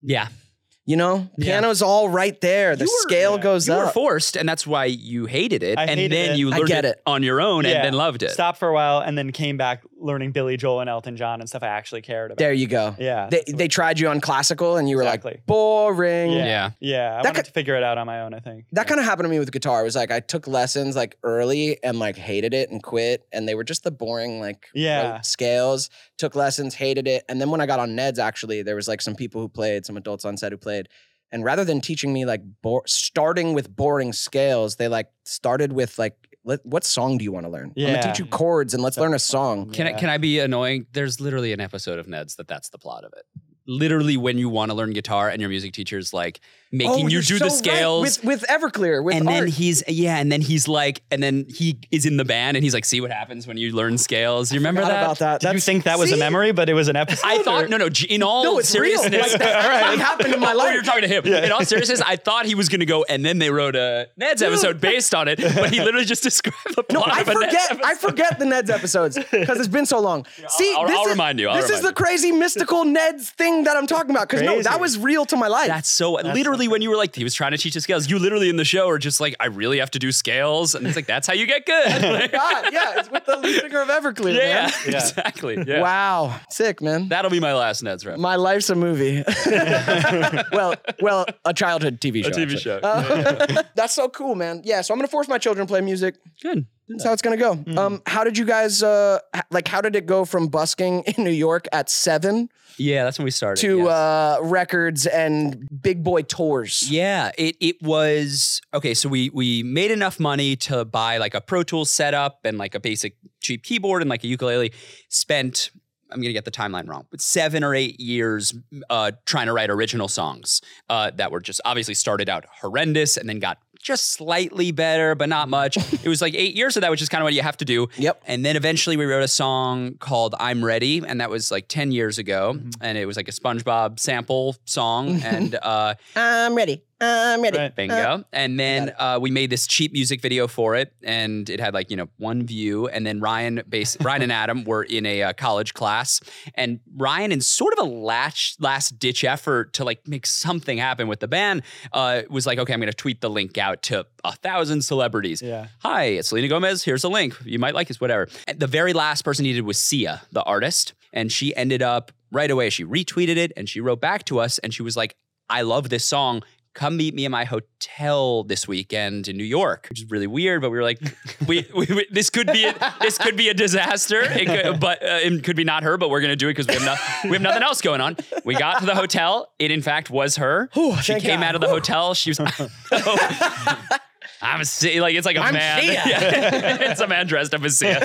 [SPEAKER 3] Yeah.
[SPEAKER 2] You know, piano's all right there. The
[SPEAKER 3] You were-
[SPEAKER 2] scale
[SPEAKER 5] yeah.
[SPEAKER 2] goes
[SPEAKER 3] You were
[SPEAKER 2] up.
[SPEAKER 3] forced, and that's why you hated it.
[SPEAKER 5] I
[SPEAKER 3] and
[SPEAKER 5] hated
[SPEAKER 3] then
[SPEAKER 5] it.
[SPEAKER 3] you
[SPEAKER 2] uh, I
[SPEAKER 3] learned
[SPEAKER 2] get it.
[SPEAKER 3] on your own
[SPEAKER 5] Yeah.
[SPEAKER 3] and then loved it.
[SPEAKER 5] Stopped for a while and then came back learning Billy Joel and Elton John and stuff I actually cared about.
[SPEAKER 2] there you go.
[SPEAKER 5] Yeah,
[SPEAKER 2] They,
[SPEAKER 5] that's what-
[SPEAKER 2] they tried you on classical and you were
[SPEAKER 5] Exactly.
[SPEAKER 2] like, boring.
[SPEAKER 5] Yeah.
[SPEAKER 3] Yeah.
[SPEAKER 5] Yeah. I
[SPEAKER 2] That
[SPEAKER 5] wanted
[SPEAKER 2] could-
[SPEAKER 5] to figure it out on my own, I think.
[SPEAKER 2] That kind of happened to me with guitar. It was like I took lessons like early and like hated it and quit. And they were just the boring like
[SPEAKER 5] Yeah.
[SPEAKER 2] rote scales. Took lessons, hated it. And then when I got on Neds, actually, there was like some people who played, some adults on set who played. And rather than teaching me like bo- starting with boring scales, they like started with like, let, what song do you want to learn? I'm gonna
[SPEAKER 5] Yeah.
[SPEAKER 2] teach you chords and let's learn a song.
[SPEAKER 3] Can I
[SPEAKER 5] Yeah.
[SPEAKER 3] can I be annoying? There's literally an episode of Ned's that that's the plot of it. literally when you want to learn guitar and your music teacher's like making
[SPEAKER 2] Oh,
[SPEAKER 3] you
[SPEAKER 2] you're
[SPEAKER 3] do
[SPEAKER 2] so right.
[SPEAKER 3] the scales.
[SPEAKER 2] with, with Everclear, with
[SPEAKER 3] and
[SPEAKER 2] art.
[SPEAKER 3] then he's yeah, and then he's like, and then he is in the band, and he's like, "See what happens when you learn scales." You remember
[SPEAKER 2] Forgot
[SPEAKER 3] that?
[SPEAKER 2] about that.
[SPEAKER 5] Did you
[SPEAKER 2] That's-
[SPEAKER 5] think that was a
[SPEAKER 2] See?
[SPEAKER 5] memory, but it was an episode?
[SPEAKER 3] I thought
[SPEAKER 5] or-
[SPEAKER 3] no, no. g- In all
[SPEAKER 2] No, it's real.
[SPEAKER 3] seriousness,
[SPEAKER 2] Like, that actually happened in my
[SPEAKER 3] Oh,
[SPEAKER 2] life.
[SPEAKER 3] you're talking to him. In all seriousness, I thought he was going to go, and then they wrote a Ned's episode based on it, but he literally just described the plot.
[SPEAKER 2] I
[SPEAKER 3] of a Ned's
[SPEAKER 2] forget.
[SPEAKER 3] episode.
[SPEAKER 2] I forget the Ned's episodes because it's been so long. See,
[SPEAKER 3] I'll-
[SPEAKER 2] this
[SPEAKER 3] I'll
[SPEAKER 2] is,
[SPEAKER 3] remind you, I'll
[SPEAKER 2] this is
[SPEAKER 3] remind
[SPEAKER 2] the
[SPEAKER 3] you.
[SPEAKER 2] crazy mystical Ned's thing that I'm talking about. Because no,
[SPEAKER 5] Crazy.
[SPEAKER 2] that was real to my life.
[SPEAKER 3] That's so. literally, when you were like, he was trying to teach us scales. You literally in the show are just like, I really have to do scales, and it's like that's how you get good. Like,
[SPEAKER 2] God, yeah, it's with the lead singer of Everclear.
[SPEAKER 3] yeah,
[SPEAKER 2] man.
[SPEAKER 3] exactly. Yeah.
[SPEAKER 2] Wow, sick man.
[SPEAKER 3] That'll be my last Ned's rep.
[SPEAKER 2] my life's a movie. well, well, a childhood TV show.
[SPEAKER 3] A TV
[SPEAKER 2] actually.
[SPEAKER 3] show.
[SPEAKER 2] That's so cool, man. Yeah, so I'm gonna force my children to play music.
[SPEAKER 3] Good.
[SPEAKER 2] That's how it's gonna go. Um, how did you guys uh h- like? How did it go from busking in New York at seven
[SPEAKER 3] Yeah, that's when we started.
[SPEAKER 2] to
[SPEAKER 3] yes.
[SPEAKER 2] uh records and big boy tours?
[SPEAKER 3] Yeah, it it was okay. So we we made enough money to buy like a Pro Tools setup and like a basic cheap keyboard and like a ukulele. Spent I'm gonna get the timeline wrong, but seven or eight years uh, trying to write original songs uh, that were just obviously started out horrendous and then got just slightly better, but not much. it was like eight years of that, which is kind of what you have to do.
[SPEAKER 2] Yep.
[SPEAKER 3] And then eventually we wrote a song called I'm Ready, and that was like 10 years ago. And it was like a SpongeBob sample song. and uh,
[SPEAKER 2] I'm ready. I'm ready.
[SPEAKER 5] Right.
[SPEAKER 3] Bingo. and then uh, we made this cheap music video for it, and it had like you know one view. And then Ryan, base Ryan and Adam were in a uh, college class, and Ryan, in sort of a last last ditch effort to like make something happen with the band, uh, was like, okay, I'm gonna tweet the link out to a thousand celebrities.
[SPEAKER 5] Yeah.
[SPEAKER 3] Hi, it's Selena Gomez. Here's a link. You might like it, whatever. And the very last person he did was Sia, the artist. And she ended up right away, she retweeted it and she wrote back to us and she was like, I love this song. Come meet me in my hotel this weekend in New York, which is really weird. But we were like, we, we, we- this could be a, this could be a disaster. It could, but uh, it could be not her. But we're gonna do it because we have no, we have nothing else going on. We got to the hotel. It in fact was her. she
[SPEAKER 2] thank
[SPEAKER 3] came
[SPEAKER 2] God.
[SPEAKER 3] out of the hotel. She was. I'm si- like it's like a
[SPEAKER 2] I'm
[SPEAKER 3] man.
[SPEAKER 2] Sia.
[SPEAKER 3] Yeah. it's a man dressed up as Sia.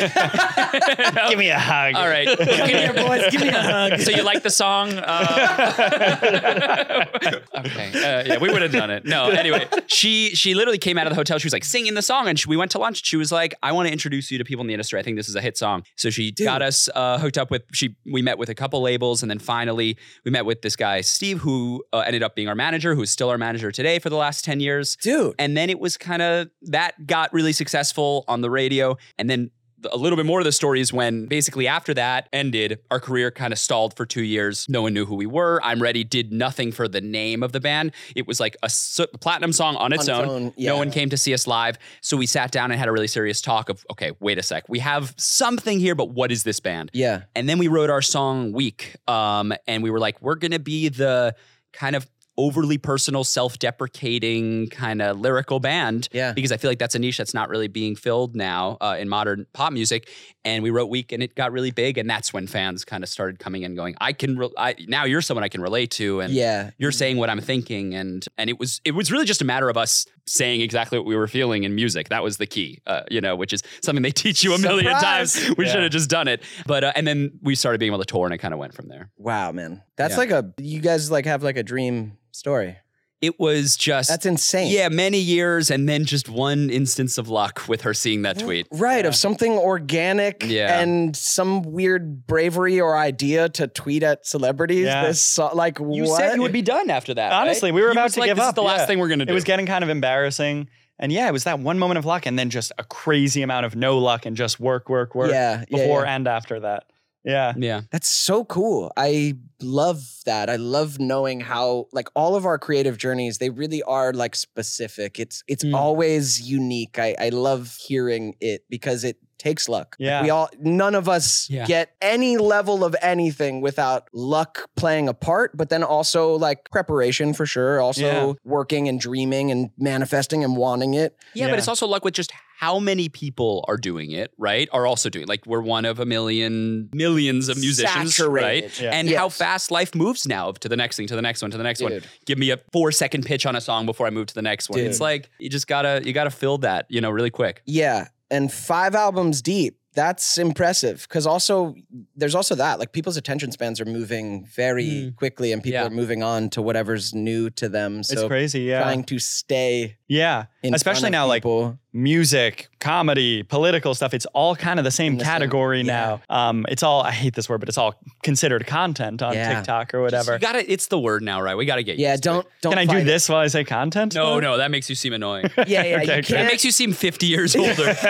[SPEAKER 4] Give me a hug.
[SPEAKER 3] All right. Give me your boys. Give me a hug. So you like the song? Uh, okay. Uh, yeah, we would have done it. No. Anyway, she she literally came out of the hotel. She was like singing the song, and she, we went to lunch. She was like, "I want to introduce you to people in the industry. I think this is a hit song." So she got us uh, hooked up with she. We met with a couple labels, and then finally we met with this guy Steve, who uh, ended up being our manager, who's still our manager today for the last ten years.
[SPEAKER 2] Dude.
[SPEAKER 3] And then it was kind of that got really successful on the radio. And then a little bit more of the story is when basically after that ended, our career kind of stalled for two years. No one knew who we were. I'm Ready did nothing for the name of the band. It was like a s- platinum song on its
[SPEAKER 2] On
[SPEAKER 3] own.
[SPEAKER 2] its own, yeah.
[SPEAKER 3] No one came to see us live. So we sat down and had a really serious talk of, okay, wait a sec. We have something here, but what is this band?
[SPEAKER 2] Yeah.
[SPEAKER 3] And then we wrote our song Week. Um, and we were like, we're going to be the kind of overly personal, self deprecating, kind of lyrical band.
[SPEAKER 2] Yeah.
[SPEAKER 3] Because I feel like that's a niche that's not really being filled now uh, in modern pop music. And we wrote Week and it got really big. And that's when fans kind of started coming in going, I can, re- I, now you're someone I can relate to. And
[SPEAKER 2] Yeah.
[SPEAKER 3] you're
[SPEAKER 5] Mm.
[SPEAKER 3] saying what I'm thinking, and and it was it was really just a matter of us saying exactly what we were feeling in music. That was the key, uh, you know, which is something they teach you a million
[SPEAKER 2] Surprise!
[SPEAKER 3] times. We
[SPEAKER 5] Yeah.
[SPEAKER 3] should have just done it, but uh, and then we started being able to tour, and it kind of went from there.
[SPEAKER 2] Wow, man. That's
[SPEAKER 3] Yeah.
[SPEAKER 2] like a you guys like have like a dream story.
[SPEAKER 3] It was just
[SPEAKER 2] That's insane.
[SPEAKER 3] yeah, many years, and then just one instance of luck with her seeing that tweet.
[SPEAKER 2] Right, of something organic
[SPEAKER 3] Yeah.
[SPEAKER 2] and some weird bravery or idea to tweet at celebrities.
[SPEAKER 5] Yeah.
[SPEAKER 2] This so- like
[SPEAKER 3] You
[SPEAKER 2] what?
[SPEAKER 3] said you would be done after that.
[SPEAKER 5] Honestly, we were about to
[SPEAKER 3] like,
[SPEAKER 5] give
[SPEAKER 3] this
[SPEAKER 5] up.
[SPEAKER 3] Is the last
[SPEAKER 5] yeah.
[SPEAKER 3] thing we're gonna do.
[SPEAKER 5] It was getting kind of embarrassing. And yeah, it was that one moment of luck and then just a crazy amount of no luck and just work, work, work
[SPEAKER 2] Yeah, yeah,
[SPEAKER 5] before
[SPEAKER 2] yeah.
[SPEAKER 5] and after that. Yeah.
[SPEAKER 3] yeah.
[SPEAKER 2] That's so cool. I love that. I love knowing how like all of our creative journeys, they really are like specific. It's it's
[SPEAKER 5] Mm.
[SPEAKER 2] always unique. I, I love hearing it because it takes luck. Like,
[SPEAKER 5] Yeah.
[SPEAKER 2] we all none of us
[SPEAKER 3] Yeah.
[SPEAKER 2] get any level of anything without luck playing a part, but then also like preparation for sure. Also
[SPEAKER 5] Yeah.
[SPEAKER 2] working and dreaming and manifesting and wanting it.
[SPEAKER 3] Yeah,
[SPEAKER 5] Yeah.
[SPEAKER 3] but it's also luck with just how many people are doing it, right? Are also doing like we're one of a million millions of musicians,
[SPEAKER 2] Saturated.
[SPEAKER 3] right?
[SPEAKER 5] Yeah.
[SPEAKER 3] And how
[SPEAKER 2] Yes.
[SPEAKER 3] fast life moves now to the next thing, to the next one, to the next one.
[SPEAKER 2] Dude.
[SPEAKER 3] Give me a four second pitch on a song before I move to the next one. It's
[SPEAKER 2] Dude.
[SPEAKER 3] like you just gotta you gotta fill that, you know, really quick.
[SPEAKER 2] Yeah. And five albums deep, That's impressive because also there's also that like people's attention spans are moving very
[SPEAKER 3] Mm.
[SPEAKER 2] quickly and people
[SPEAKER 3] Yeah.
[SPEAKER 2] are moving on to whatever's new to them. So
[SPEAKER 5] it's crazy. Yeah.
[SPEAKER 2] trying to stay
[SPEAKER 5] Yeah.
[SPEAKER 2] in
[SPEAKER 5] Especially now, like,
[SPEAKER 2] like
[SPEAKER 5] music, comedy, political stuff. It's all kind of the same
[SPEAKER 2] In the same-
[SPEAKER 5] category
[SPEAKER 2] yeah.
[SPEAKER 5] now. Um, it's all I hate this word, but it's all considered content on
[SPEAKER 2] Yeah.
[SPEAKER 5] TikTok or
[SPEAKER 3] Just-
[SPEAKER 5] whatever.
[SPEAKER 3] You gotta, it's the word now, right? We gotta get
[SPEAKER 2] yeah.
[SPEAKER 3] used to it.
[SPEAKER 2] Don't don't.
[SPEAKER 5] Can I do
[SPEAKER 2] fight it.
[SPEAKER 5] this while I say content?
[SPEAKER 3] No, no, that makes you seem annoying.
[SPEAKER 2] Yeah, yeah.
[SPEAKER 5] Okay,
[SPEAKER 2] you
[SPEAKER 5] okay.
[SPEAKER 3] That
[SPEAKER 2] can't-
[SPEAKER 3] makes you seem 50 years older.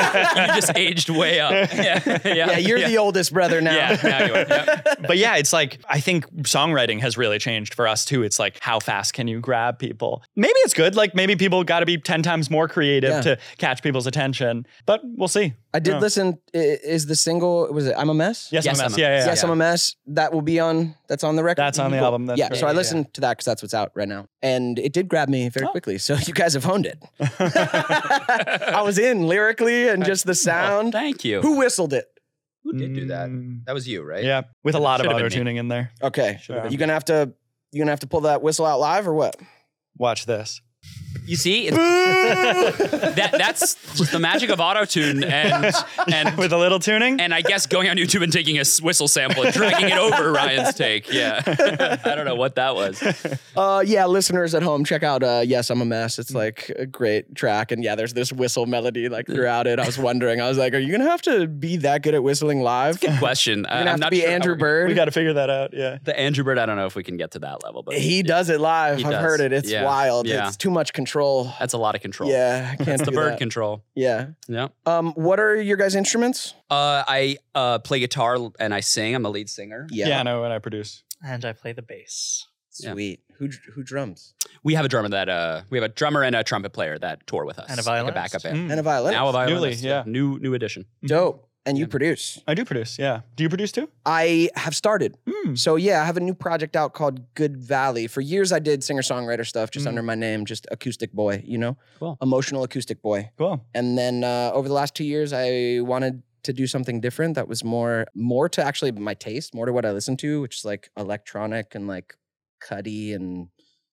[SPEAKER 3] you just aged way up. Yeah, yeah,
[SPEAKER 2] yeah, you're the oldest brother now.
[SPEAKER 3] Yeah, now you are. Yep.
[SPEAKER 5] but yeah, it's like I think songwriting has really changed for us too. It's like how fast can you grab people? Maybe it's good. Like maybe people got to be ten times more creative
[SPEAKER 2] Yeah.
[SPEAKER 5] to catch people's attention. But we'll see.
[SPEAKER 2] I did
[SPEAKER 5] Yeah.
[SPEAKER 2] listen. i- Is the single was it? I'm a mess.
[SPEAKER 5] Yes,
[SPEAKER 3] Yes,
[SPEAKER 5] I'm a
[SPEAKER 3] I'm
[SPEAKER 5] mess.
[SPEAKER 3] a-
[SPEAKER 5] yeah, yeah.
[SPEAKER 2] Yes, I'm a mess. That will be on. That's on the record.
[SPEAKER 5] That's on the album, that's
[SPEAKER 2] yeah.
[SPEAKER 5] right.
[SPEAKER 2] So I
[SPEAKER 5] Yeah, Oh.
[SPEAKER 2] listened to that because that's what's out right now, and it did grab me very quickly. So you guys have honed it. I was in lyrically and just
[SPEAKER 5] Oh,
[SPEAKER 2] the sound.
[SPEAKER 3] Thank you.
[SPEAKER 2] Who whistled it?
[SPEAKER 3] Who did do that?
[SPEAKER 5] Mm.
[SPEAKER 3] That was you, right?
[SPEAKER 5] yeah, with a lot of
[SPEAKER 3] Should've been
[SPEAKER 5] auto
[SPEAKER 3] me.
[SPEAKER 5] tuning in there.
[SPEAKER 2] Okay,
[SPEAKER 5] Should've been
[SPEAKER 2] you gonna have to you gonna have to pull that whistle out live or what?
[SPEAKER 5] Watch this.
[SPEAKER 3] You see, it's, that that's just the magic of auto tune and and
[SPEAKER 5] With a little tuning.
[SPEAKER 3] and I guess going on YouTube and taking a s- whistle sample and dragging it over Ryan's take. Yeah, I don't know what that was.
[SPEAKER 2] Uh, yeah, listeners at home, check out uh, "Yes, I'm a Mess."
[SPEAKER 5] Hmm.
[SPEAKER 2] It's like a great track, and yeah, there's this whistle melody like throughout it. I was wondering, I was like, are you gonna have to be that good at whistling live? You're
[SPEAKER 3] Question. I-
[SPEAKER 2] gonna
[SPEAKER 3] I'm
[SPEAKER 2] have to
[SPEAKER 3] not
[SPEAKER 2] be
[SPEAKER 3] sure how
[SPEAKER 2] Andrew
[SPEAKER 3] we-
[SPEAKER 2] Bird.
[SPEAKER 5] we got to figure that out. Yeah.
[SPEAKER 3] The Andrew Bird. I don't know if we can get to that level, but
[SPEAKER 2] He does it live.
[SPEAKER 3] He
[SPEAKER 2] I've
[SPEAKER 3] does.
[SPEAKER 2] heard it. It's
[SPEAKER 3] Yeah.
[SPEAKER 2] wild.
[SPEAKER 3] Yeah.
[SPEAKER 2] It's too much control.
[SPEAKER 3] that's a lot of control.
[SPEAKER 2] Yeah, I can't
[SPEAKER 3] it's the
[SPEAKER 2] do
[SPEAKER 3] bird
[SPEAKER 2] that.
[SPEAKER 3] control.
[SPEAKER 2] yeah.
[SPEAKER 3] Yeah.
[SPEAKER 2] Um, what are your guys' instruments?
[SPEAKER 3] Uh, I uh, play guitar and I sing. I'm the lead singer.
[SPEAKER 5] Yeah. I know. And I produce.
[SPEAKER 4] And I play the bass.
[SPEAKER 3] Yeah.
[SPEAKER 2] Sweet. Who dr- who drums?
[SPEAKER 3] We have a drummer that uh, we have a drummer and a trumpet player that tour with us
[SPEAKER 4] And a
[SPEAKER 3] like
[SPEAKER 4] violinist.
[SPEAKER 3] backup band.
[SPEAKER 5] Mm.
[SPEAKER 2] And a violin.
[SPEAKER 3] Hmm. Now a violinist.
[SPEAKER 5] Newly, yeah.
[SPEAKER 3] New new addition.
[SPEAKER 2] Dope. And you
[SPEAKER 3] Yeah.
[SPEAKER 2] produce.
[SPEAKER 5] I do produce. Yeah. Do you produce too?
[SPEAKER 2] I have started.
[SPEAKER 3] Hmm.
[SPEAKER 5] Mm.
[SPEAKER 2] So yeah, I have a new project out called Good Valley. For years I did singer-songwriter stuff just
[SPEAKER 5] Mm.
[SPEAKER 2] under my name, just acoustic boy, you know?
[SPEAKER 3] Hmm. Cool.
[SPEAKER 2] Emotional acoustic boy.
[SPEAKER 5] Cool.
[SPEAKER 2] And then uh, over the last two years, I wanted to do something different that was more more to actually my taste, more to what I listen to, which is like electronic and like Cuddy and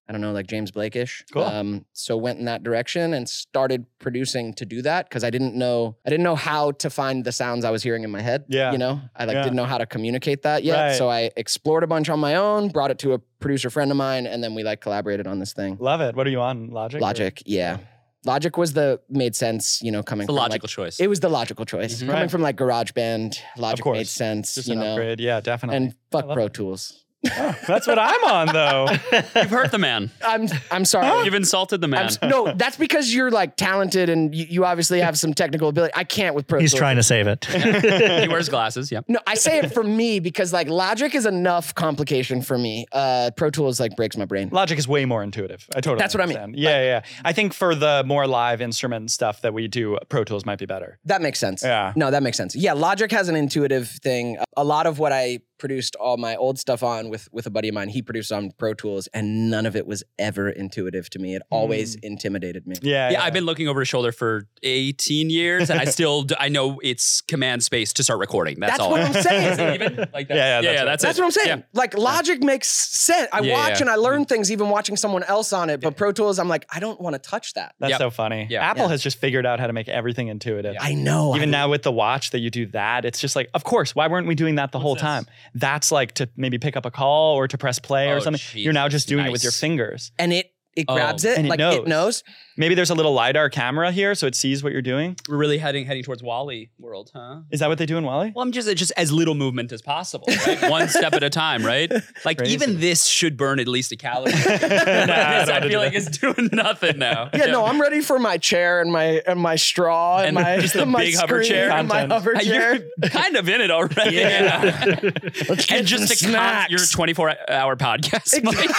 [SPEAKER 2] I don't know, like James Blakeish.
[SPEAKER 5] Cool.
[SPEAKER 2] Um, so went in that direction and started producing to do that because I didn't know I didn't know how to find the sounds I was hearing in my head.
[SPEAKER 5] Yeah.
[SPEAKER 2] You know, I like
[SPEAKER 5] Yeah.
[SPEAKER 2] didn't know how to communicate that yet.
[SPEAKER 5] Right.
[SPEAKER 2] So I explored a bunch on my own, brought it to a producer friend of mine, and then we like collaborated on this thing.
[SPEAKER 5] Love it. What are you on? Logic? or-
[SPEAKER 2] Logic, yeah. Logic was the made sense, you know, coming
[SPEAKER 3] It's a
[SPEAKER 2] from
[SPEAKER 3] logical
[SPEAKER 2] like,
[SPEAKER 3] choice.
[SPEAKER 2] it was the logical choice.
[SPEAKER 3] Mhm.
[SPEAKER 2] Coming
[SPEAKER 5] Right.
[SPEAKER 2] from like GarageBand, Logic made
[SPEAKER 5] course.
[SPEAKER 2] sense,
[SPEAKER 5] Just
[SPEAKER 2] you
[SPEAKER 5] an
[SPEAKER 2] know.
[SPEAKER 5] upgrade. Yeah, definitely.
[SPEAKER 2] And
[SPEAKER 5] I
[SPEAKER 2] fuck
[SPEAKER 5] love
[SPEAKER 2] Pro
[SPEAKER 5] it.
[SPEAKER 2] Tools.
[SPEAKER 5] Oh, that's what I'm on though.
[SPEAKER 3] You've hurt the man.
[SPEAKER 2] I'm I'm sorry.
[SPEAKER 3] You've insulted the
[SPEAKER 2] I'm
[SPEAKER 3] man.
[SPEAKER 2] s- no, that's because you're like talented and you, you obviously have some technical ability. I can't with Pro
[SPEAKER 4] He's
[SPEAKER 2] Tools.
[SPEAKER 4] trying to save it.
[SPEAKER 3] he wears glasses. Yeah.
[SPEAKER 2] No, I say it for me because like Logic is enough complication for me. Uh, Pro Tools like breaks my brain.
[SPEAKER 5] Logic is way more intuitive. I totally
[SPEAKER 2] That's what I mean.
[SPEAKER 5] understand. Yeah, yeah. yeah. I think for the more live instrument stuff that we do, Pro Tools might be better.
[SPEAKER 2] That makes sense.
[SPEAKER 5] Yeah.
[SPEAKER 2] No, that makes sense. Yeah, Logic has an intuitive thing. A lot of what I produced all my old stuff on with with a buddy of mine, he produced on Pro Tools, and none of it was ever intuitive to me. It always intimidated me.
[SPEAKER 5] Yeah,
[SPEAKER 3] Mm. Yeah, I've been looking over his shoulder for 18 years, and I still d- I know it's command space to start recording. That's,
[SPEAKER 2] That's
[SPEAKER 3] all.
[SPEAKER 2] what I'm saying.
[SPEAKER 3] Is it even? Like that-
[SPEAKER 5] Yeah,
[SPEAKER 3] yeah,
[SPEAKER 5] yeah, that's
[SPEAKER 3] yeah,
[SPEAKER 5] right.
[SPEAKER 3] that's,
[SPEAKER 2] That's
[SPEAKER 3] it.
[SPEAKER 2] what I'm saying.
[SPEAKER 3] Yeah.
[SPEAKER 2] Like logic makes sense. I
[SPEAKER 3] Yeah,
[SPEAKER 2] watch
[SPEAKER 3] yeah. Mm.
[SPEAKER 2] and I learn things even watching someone else on it, but Pro Tools, I'm like, I don't want to touch that.
[SPEAKER 5] That's
[SPEAKER 3] Yep.
[SPEAKER 5] so funny.
[SPEAKER 3] Yeah.
[SPEAKER 5] Apple
[SPEAKER 2] Yeah.
[SPEAKER 5] has just figured out how to make everything intuitive.
[SPEAKER 3] Yeah.
[SPEAKER 2] I know.
[SPEAKER 5] Even
[SPEAKER 2] I-
[SPEAKER 5] now with the watch that you do that, it's just like, of course, why weren't we doing that the whole
[SPEAKER 4] this?
[SPEAKER 5] time? That's like to maybe pick up a call or to press play or
[SPEAKER 3] Oh,
[SPEAKER 5] something. You're now
[SPEAKER 3] Jesus,
[SPEAKER 5] just doing it with your
[SPEAKER 3] nice.
[SPEAKER 5] fingers.
[SPEAKER 2] and it it
[SPEAKER 3] Oh.
[SPEAKER 2] grabs it
[SPEAKER 5] And it
[SPEAKER 2] like it
[SPEAKER 5] knows.
[SPEAKER 2] knows.
[SPEAKER 5] Maybe there's a little LiDAR camera here so it sees what you're doing.
[SPEAKER 3] We're really heading heading towards Wally world, huh?
[SPEAKER 5] Is that what they do in Wally?
[SPEAKER 3] Well, I'm just just as little movement as possible, right? One step at a time, right? Like
[SPEAKER 5] Crazy.
[SPEAKER 3] even this should burn at least a calorie.
[SPEAKER 5] I
[SPEAKER 3] this,
[SPEAKER 5] don't
[SPEAKER 3] I,
[SPEAKER 5] wanna do
[SPEAKER 3] feel like
[SPEAKER 5] that.
[SPEAKER 3] it's doing nothing now.
[SPEAKER 2] Yeah, no, I'm ready for my chair and my and my straw and,
[SPEAKER 3] And
[SPEAKER 2] my
[SPEAKER 3] just the
[SPEAKER 2] my
[SPEAKER 3] big hover
[SPEAKER 2] screen
[SPEAKER 3] chair
[SPEAKER 2] and my
[SPEAKER 5] content.
[SPEAKER 2] hover
[SPEAKER 3] Uh,
[SPEAKER 2] chair.
[SPEAKER 3] You're kind of in it already.
[SPEAKER 2] Let's
[SPEAKER 3] and just
[SPEAKER 2] some
[SPEAKER 3] to count your 24 hour podcast, Mike.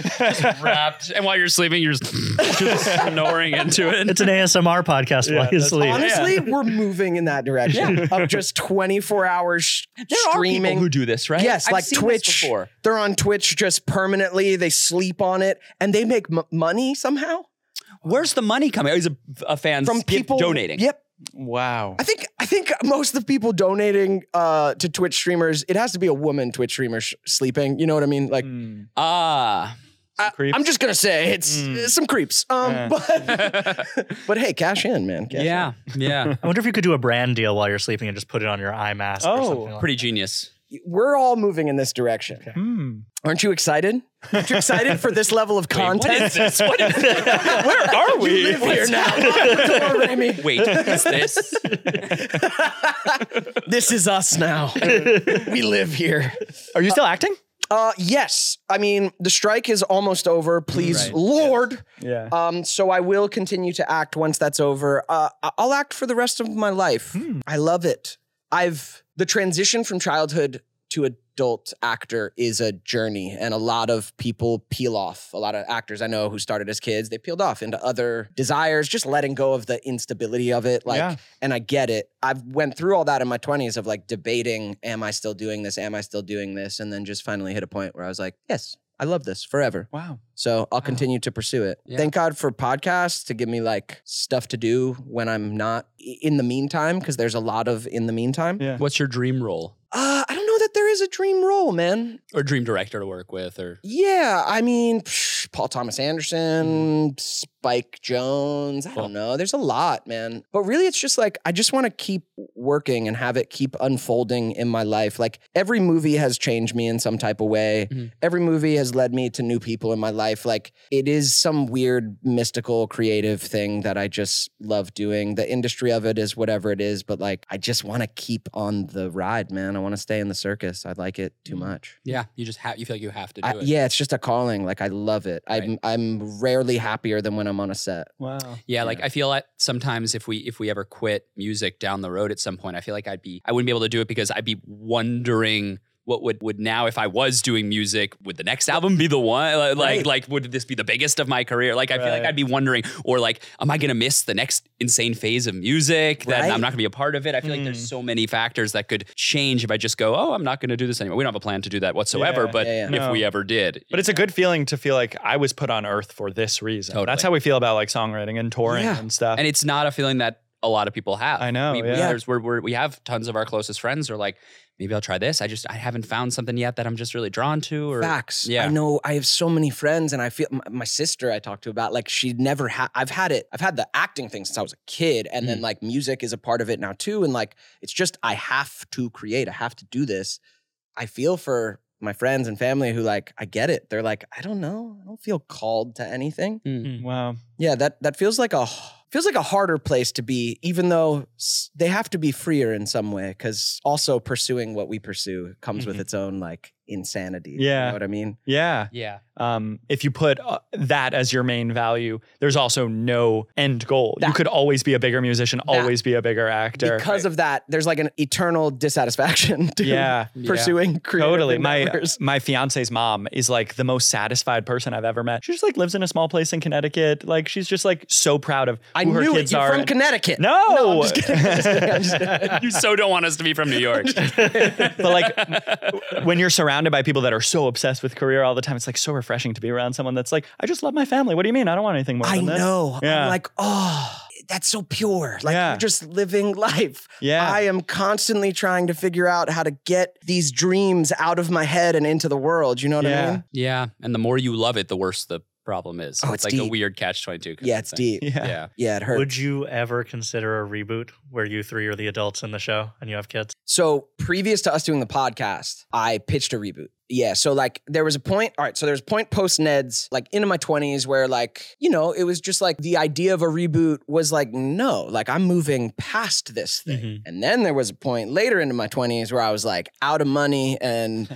[SPEAKER 3] just, just wrapped. And while you're sleeping, you're just, just snoring into it.
[SPEAKER 4] it's an ASMR podcast while you
[SPEAKER 5] that's-
[SPEAKER 4] sleep.
[SPEAKER 2] Honestly, we're moving in that direction of just 24 hours streaming.
[SPEAKER 3] do this, right?
[SPEAKER 2] Yes,
[SPEAKER 3] I've
[SPEAKER 2] like
[SPEAKER 3] seen this
[SPEAKER 2] Twitch.
[SPEAKER 3] before.
[SPEAKER 2] They're on Twitch just permanently. They sleep on it and they make m- money somehow
[SPEAKER 3] Where's the money coming? Is a, a fan
[SPEAKER 2] from people
[SPEAKER 3] donating?
[SPEAKER 2] Yep.
[SPEAKER 5] Wow.
[SPEAKER 2] I think I think most of the people donating uh, to
[SPEAKER 5] Hmm.
[SPEAKER 2] Twitch streamers, it has to be a woman Twitch streamer sh- sleeping. You know what I mean? Like
[SPEAKER 5] Mm.
[SPEAKER 3] Ah,
[SPEAKER 5] Some
[SPEAKER 2] I-
[SPEAKER 5] creeps.
[SPEAKER 2] I'm just gonna say it's
[SPEAKER 5] Mm.
[SPEAKER 2] it's some creeps. Um,
[SPEAKER 5] Yeah.
[SPEAKER 2] but but hey, cash in, man. Cash
[SPEAKER 3] yeah, yeah.
[SPEAKER 4] I wonder if you could do a brand deal while you're sleeping and just put it on your eye mask. or
[SPEAKER 5] Oh,
[SPEAKER 4] something like
[SPEAKER 3] Pretty genius.
[SPEAKER 2] in. We're all moving in this direction. Aren't you excited? Aren't you excited for this level of
[SPEAKER 3] Wait,
[SPEAKER 2] content?
[SPEAKER 3] what is this? What is this?
[SPEAKER 5] Where are we?
[SPEAKER 2] You live here now. Come on, Remy.
[SPEAKER 3] Wait, is this?
[SPEAKER 2] This is us now. we live here.
[SPEAKER 5] Are you still acting?
[SPEAKER 2] Uh, yes. I mean, the strike is almost over. Please,
[SPEAKER 3] Right.
[SPEAKER 2] Lord.
[SPEAKER 5] Yeah.
[SPEAKER 2] Um, so I will continue to act once that's over. Uh, I- I'll act for the rest of my life.
[SPEAKER 5] Uh,
[SPEAKER 3] Hmm.
[SPEAKER 5] hmm.
[SPEAKER 2] I love it. I've the transition from childhood to adult actor is a journey, and a lot of people peel off. A lot of actors I know who started as kids, they peeled off into other desires, just letting go of the instability of it. Like,
[SPEAKER 5] Yeah.
[SPEAKER 2] and I get it. I've went through all that in my twenties of like debating, am I still doing this? Am I still doing this? And then just finally hit a point where I was like, yes, I love this forever.
[SPEAKER 5] Wow.
[SPEAKER 2] So I'll continue to pursue it.
[SPEAKER 3] Yeah.
[SPEAKER 2] Thank God for podcasts to give me like stuff to do when I'm not i- in the meantime, because there's a lot of in the meantime.
[SPEAKER 5] Yeah.
[SPEAKER 3] What's your dream role
[SPEAKER 2] Uh, I don't know that there is a dream role, man.
[SPEAKER 3] or dream director to work with? Or
[SPEAKER 2] Yeah, I mean, psh, Paul Thomas Anderson, Spike Jones. I
[SPEAKER 3] Cool.
[SPEAKER 2] don't know. There's a lot, man. But really, it's just like I just want to keep working and have it keep unfolding in my life. Like every movie has changed me in some type of way.
[SPEAKER 3] Mhm.
[SPEAKER 2] Every movie has led me to new people in my life. Like it is some weird, mystical, creative thing that I just love doing. The industry of it is whatever it is, but like I just want to keep on the ride, man. I want to stay in the circus. I like it too much.
[SPEAKER 3] yeah, you just have you feel like you have to do
[SPEAKER 2] I-
[SPEAKER 3] it.
[SPEAKER 2] yeah, it's just a calling. Like I love it. I'm I'm rarely happier than when I'm on a set.
[SPEAKER 5] Wow.
[SPEAKER 3] Yeah, like I feel like sometimes if we if we ever quit music down the road at some point, I feel like I'd be I wouldn't be able to do it because I'd be wondering what would would now if I was doing music, would the next album be the one? Like
[SPEAKER 2] Right.
[SPEAKER 3] like, like would this be the biggest of my career? Like I feel like
[SPEAKER 5] Right.
[SPEAKER 3] I'd be wondering, or like, am I gonna miss the next insane phase of music that
[SPEAKER 2] Right.
[SPEAKER 3] I'm not gonna be a part of it? I feel like
[SPEAKER 5] Mm.
[SPEAKER 3] there's so many factors that could change if I just go, oh, I'm not gonna do this anymore. We don't have a plan to do that whatsoever,
[SPEAKER 5] Yeah.
[SPEAKER 3] but
[SPEAKER 2] Yeah, yeah.
[SPEAKER 3] if
[SPEAKER 5] No.
[SPEAKER 3] we ever did,
[SPEAKER 5] But it's a good feeling to feel like I was put on earth for this reason.
[SPEAKER 3] Totally.
[SPEAKER 5] That's how we feel about like songwriting and touring
[SPEAKER 2] Yeah.
[SPEAKER 5] and stuff.
[SPEAKER 3] and it's not a feeling that a lot of people have.
[SPEAKER 5] I know,
[SPEAKER 3] We, we-
[SPEAKER 5] yeah.
[SPEAKER 3] there's- we're- we're- we have tons of our closest friends who are like, maybe I'll try this. I just I haven't found something yet that I'm just really drawn to. Or
[SPEAKER 2] Facts. I
[SPEAKER 3] yeah.
[SPEAKER 2] know I have so many friends, and I feel my, my sister I talked to about like she never had. I've had it. I've had the acting thing since I was a kid, and
[SPEAKER 3] Mm.
[SPEAKER 2] then like music is a part of it now too. And like it's just I have to create. I have to do this. I feel for my friends and family who like I get it. They're like I don't know. I don't feel called to anything.
[SPEAKER 3] Hmm.
[SPEAKER 5] wow.
[SPEAKER 2] Yeah, that that feels like a feels like a harder place to be, even though s- they have to be freer in some way. Because also pursuing what we pursue comes with
[SPEAKER 5] Mhm.
[SPEAKER 2] its own like insanity. you
[SPEAKER 5] Yeah.
[SPEAKER 2] know what I mean.
[SPEAKER 5] Yeah.
[SPEAKER 3] yeah,
[SPEAKER 5] Um, if you put uh, that as your main value, there's also no end goal. you
[SPEAKER 2] That-
[SPEAKER 5] could always be a bigger musician,
[SPEAKER 2] That-
[SPEAKER 5] always be a bigger actor.
[SPEAKER 2] Because of that, there's like an eternal dissatisfaction to
[SPEAKER 5] yeah.
[SPEAKER 2] pursuing creative
[SPEAKER 5] Totally. My
[SPEAKER 2] endeavors.
[SPEAKER 5] my fiance's mom is like the most satisfied person I've ever met. She just like lives in a small place in Connecticut. Like she's just like so proud of who
[SPEAKER 2] I
[SPEAKER 5] her
[SPEAKER 2] knew it.
[SPEAKER 5] kids
[SPEAKER 2] You're
[SPEAKER 5] are.
[SPEAKER 2] from
[SPEAKER 5] and-
[SPEAKER 2] Connecticut. I'm
[SPEAKER 5] no,
[SPEAKER 2] just kidding. I'm just kidding. I'm just kidding.
[SPEAKER 3] you so don't want us to be from New York.
[SPEAKER 5] but like when you're surrounded by people that are so obsessed with career all the time, it's like so refreshing to be around someone that's like, I just love my family. What do you mean? I don't want anything more
[SPEAKER 2] I
[SPEAKER 5] than this.
[SPEAKER 2] know.
[SPEAKER 5] Yeah.
[SPEAKER 2] I'm like, oh, that's so pure. Like
[SPEAKER 5] Yeah.
[SPEAKER 2] you're just living life.
[SPEAKER 5] Yeah.
[SPEAKER 2] I am constantly trying to figure out how to get these dreams out of my head and into the world. You know what I
[SPEAKER 5] Yeah.
[SPEAKER 2] mean?
[SPEAKER 3] yeah, and the more you love it, the worse the problem is.
[SPEAKER 2] Oh,
[SPEAKER 3] it's
[SPEAKER 2] it's
[SPEAKER 3] like a
[SPEAKER 2] deep.
[SPEAKER 3] weird catch twenty two.
[SPEAKER 2] Yeah, it's deep. Yeah,
[SPEAKER 5] Yeah.
[SPEAKER 3] Yeah,
[SPEAKER 2] it
[SPEAKER 4] that.
[SPEAKER 2] hurts.
[SPEAKER 4] Would you ever consider a reboot where you three are the adults in the show and you have kids?
[SPEAKER 2] So previous to us doing the podcast, I pitched a reboot. Yeah. So like there was a point, all right, so there was a point post Ned's, like into my 20s, where like, you know, it was just like the idea of a reboot was like, no, like I'm moving past this thing.
[SPEAKER 4] Mhm.
[SPEAKER 2] And then there was a point later into my 20s where I was like out of money and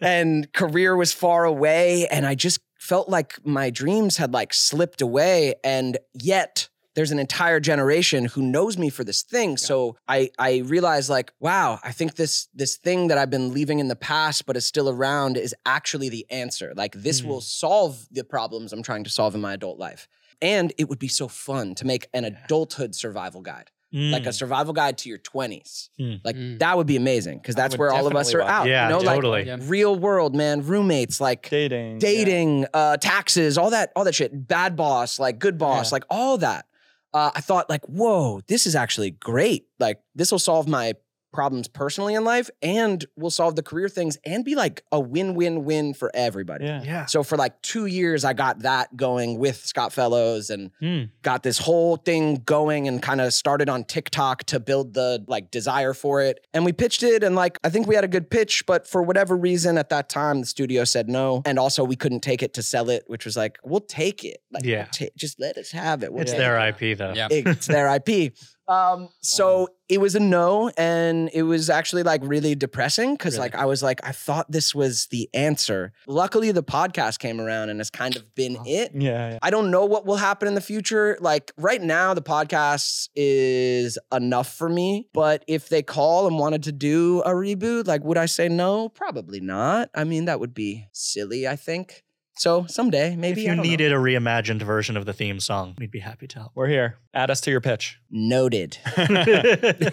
[SPEAKER 2] and career was far away and I just felt like my dreams had like slipped away and yet there's an entire generation who knows me for this thing so I I realized like wow I think this this thing that I've been leaving in the past but is still around is actually the answer like this will solve the problems I'm trying to solve in my adult life and it would be so fun to make an adulthood survival guide like
[SPEAKER 5] Hmm.
[SPEAKER 2] a survival guide to your 20s
[SPEAKER 4] Mm.
[SPEAKER 2] like
[SPEAKER 3] Mm.
[SPEAKER 2] that would be amazing because that's
[SPEAKER 5] would
[SPEAKER 2] where all of us are
[SPEAKER 5] definitely watch-
[SPEAKER 2] out
[SPEAKER 4] yeah,
[SPEAKER 2] you know like
[SPEAKER 4] totally.
[SPEAKER 3] Yeah.
[SPEAKER 2] real world man roommates like
[SPEAKER 5] Dating.
[SPEAKER 2] dating uh taxes all that all that shit bad boss like good boss
[SPEAKER 5] Yeah.
[SPEAKER 2] like all that uh, i thought like whoa this is actually great like this will solve my problems personally in life and will solve the career things and be like a win win win for everybody.
[SPEAKER 5] Yeah.
[SPEAKER 6] Yeah.
[SPEAKER 2] So for like two years, I got that going with Scott Fellows and
[SPEAKER 4] Hmm.
[SPEAKER 2] got this whole thing going and kind of started on TikTok to build the like desire for it. And we pitched it and like I think we had a good pitch, but for whatever reason at that time the studio said no. And also we couldn't take it to sell it, which was like, we'll take it. Like we'll
[SPEAKER 4] Yeah.
[SPEAKER 2] ta- just let us have it. We'll
[SPEAKER 4] It's
[SPEAKER 2] take
[SPEAKER 4] their
[SPEAKER 2] it.
[SPEAKER 4] IP though.
[SPEAKER 3] Yeah.
[SPEAKER 2] It's their IP. Um, so it was a no, and it was actually like really depressing because
[SPEAKER 3] Really?
[SPEAKER 2] like I was like, I thought this was the answer. Luckily, the podcast came around and has kind of been it.
[SPEAKER 5] Yeah. yeah.
[SPEAKER 2] I don't know what will happen in the future. Like right now, the podcast is enough for me. But if they call and wanted to do a reboot, like would I say no? Probably not. I mean, that would be silly, I think. So someday, maybe
[SPEAKER 4] if
[SPEAKER 2] I
[SPEAKER 4] you
[SPEAKER 2] don't know.
[SPEAKER 4] needed a reimagined version of the theme song, we'd be happy to help.
[SPEAKER 5] We're here. Add us to your pitch.
[SPEAKER 2] noted.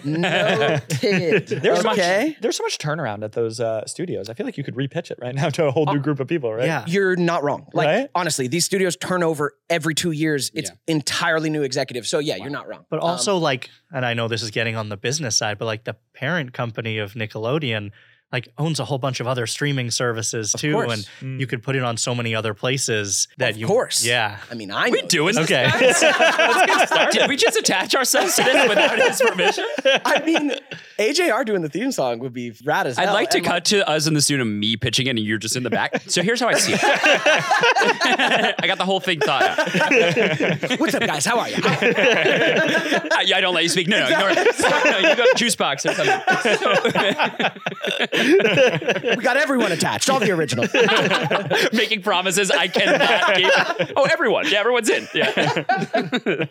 [SPEAKER 2] Noted.
[SPEAKER 5] There's so
[SPEAKER 2] okay.
[SPEAKER 5] much, there's so much turnaround at those uh, studios. I feel like you could repitch it right now to a whole new group of people, right?
[SPEAKER 4] Yeah.
[SPEAKER 2] You're not wrong. Like
[SPEAKER 5] Right?
[SPEAKER 2] honestly, these studios turn over every two years. It's
[SPEAKER 3] Yeah.
[SPEAKER 2] entirely new executives. So yeah, you're not wrong.
[SPEAKER 4] But
[SPEAKER 2] Um,
[SPEAKER 4] also, like, and I know this is getting on the business side, but like the parent company of Nickelodeon, like, owns a whole bunch of other streaming services
[SPEAKER 2] Of
[SPEAKER 4] too,
[SPEAKER 2] course.
[SPEAKER 4] and
[SPEAKER 5] Mm.
[SPEAKER 4] you could put it on so many other places that
[SPEAKER 2] Of
[SPEAKER 4] you,
[SPEAKER 2] course.
[SPEAKER 4] yeah.
[SPEAKER 2] I mean, I know.
[SPEAKER 3] doing this,
[SPEAKER 4] Okay.
[SPEAKER 3] guys? Let's get started. Did we just attach ourselves to this without his permission?
[SPEAKER 2] I mean, AJR doing the theme song would be rad as
[SPEAKER 3] I'd
[SPEAKER 2] hell.
[SPEAKER 3] like to
[SPEAKER 2] And,
[SPEAKER 3] cut to us in the studio, me pitching it, and you're just in the back. So here's how I see it. I got the whole thing thought out.
[SPEAKER 2] What's up, guys? How are you? How are you?"
[SPEAKER 3] I, I don't let you speak. No, no, ignore it. no you got a juice box or something.
[SPEAKER 2] we got everyone attached. All the original.
[SPEAKER 3] Making promises I cannot keep. Oh, everyone. Yeah, everyone's in. Yeah.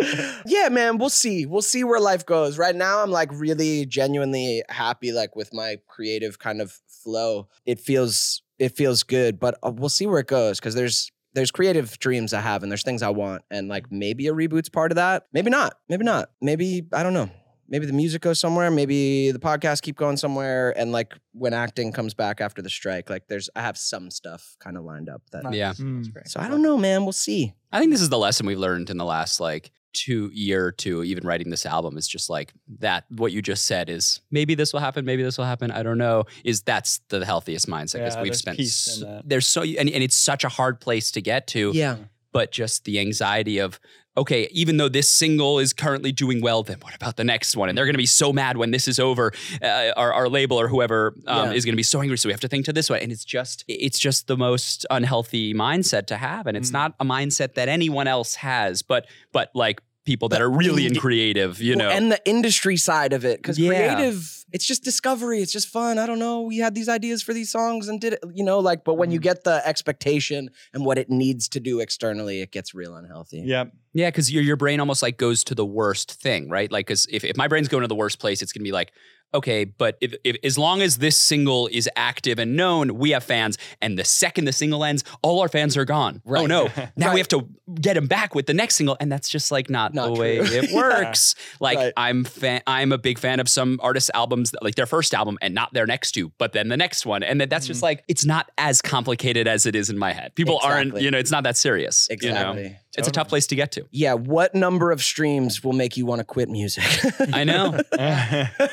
[SPEAKER 2] yeah, man. We'll see. We'll see where life goes. Right now, I'm like really genuinely happy, like with my creative kind of flow. It feels it feels good, but uh, we'll see where it goes because there's there's creative dreams I have and there's things I want, and like maybe a reboot's part of that. Maybe not. Maybe not. Maybe I don't know. Maybe the music goes somewhere. Maybe the podcast keep going somewhere. And like when acting comes back after the strike, like there's I have some stuff kind of lined up that.
[SPEAKER 3] Yeah.
[SPEAKER 5] Mm.
[SPEAKER 2] So I don't know, man. We'll see.
[SPEAKER 3] I think this is the lesson we've learned in the last like two year or two, even writing this album is just like that. What you just said is maybe this will happen, maybe this will happen. I don't know. Is that's the healthiest mindset because
[SPEAKER 5] Yeah,
[SPEAKER 3] we've
[SPEAKER 5] there's
[SPEAKER 3] spent
[SPEAKER 5] peace
[SPEAKER 3] s-
[SPEAKER 5] in that.
[SPEAKER 3] there's so and, and it's such a hard place to get to.
[SPEAKER 2] Yeah.
[SPEAKER 3] but just the anxiety of okay even though this single is currently doing well then what about the next one and they're going to be so mad when this is over uh, our, our label or whoever um,
[SPEAKER 2] Yeah.
[SPEAKER 3] is going to be so angry so we have to think to this one and it's just it's just the most unhealthy mindset to have and it's
[SPEAKER 2] Mm.
[SPEAKER 3] not a mindset that anyone else has but but like people that
[SPEAKER 2] But
[SPEAKER 3] are really in
[SPEAKER 2] indi-
[SPEAKER 3] creative you
[SPEAKER 2] Well,
[SPEAKER 3] know
[SPEAKER 2] and the industry side of it because
[SPEAKER 3] Yeah.
[SPEAKER 2] creative it's just discovery it's just fun i don't know we had these ideas for these songs and did it you know like but when
[SPEAKER 5] Mm-hmm.
[SPEAKER 2] you get the expectation and what it needs to do externally it gets real unhealthy
[SPEAKER 5] Yeah.
[SPEAKER 3] Yeah, because your your brain almost like goes to the worst thing, right? Like, because if, if my brain's going to the worst place, it's gonna be like, okay, but if, if as long as this single is active and known, we have fans, and the second the single ends, all our fans are gone. Oh
[SPEAKER 2] Right.
[SPEAKER 3] no, now
[SPEAKER 2] Right.
[SPEAKER 3] we have to get them back with the next single, and that's just like not,
[SPEAKER 2] Not
[SPEAKER 3] the way
[SPEAKER 2] true.
[SPEAKER 3] it
[SPEAKER 2] Yeah.
[SPEAKER 3] works. Like
[SPEAKER 2] Right.
[SPEAKER 3] I'm fan, I'm a big fan of some artists' albums, that, like their first album and not their next two, but then the next one, and then that's just
[SPEAKER 2] Mm-hmm.
[SPEAKER 3] like it's not as complicated as it is in my head. People aren't,
[SPEAKER 2] Exactly.
[SPEAKER 3] you know, it's not that serious. you know?
[SPEAKER 2] exactly
[SPEAKER 3] It's a tough place to get to.
[SPEAKER 2] yeah what number of streams will make you want to quit music
[SPEAKER 3] I know.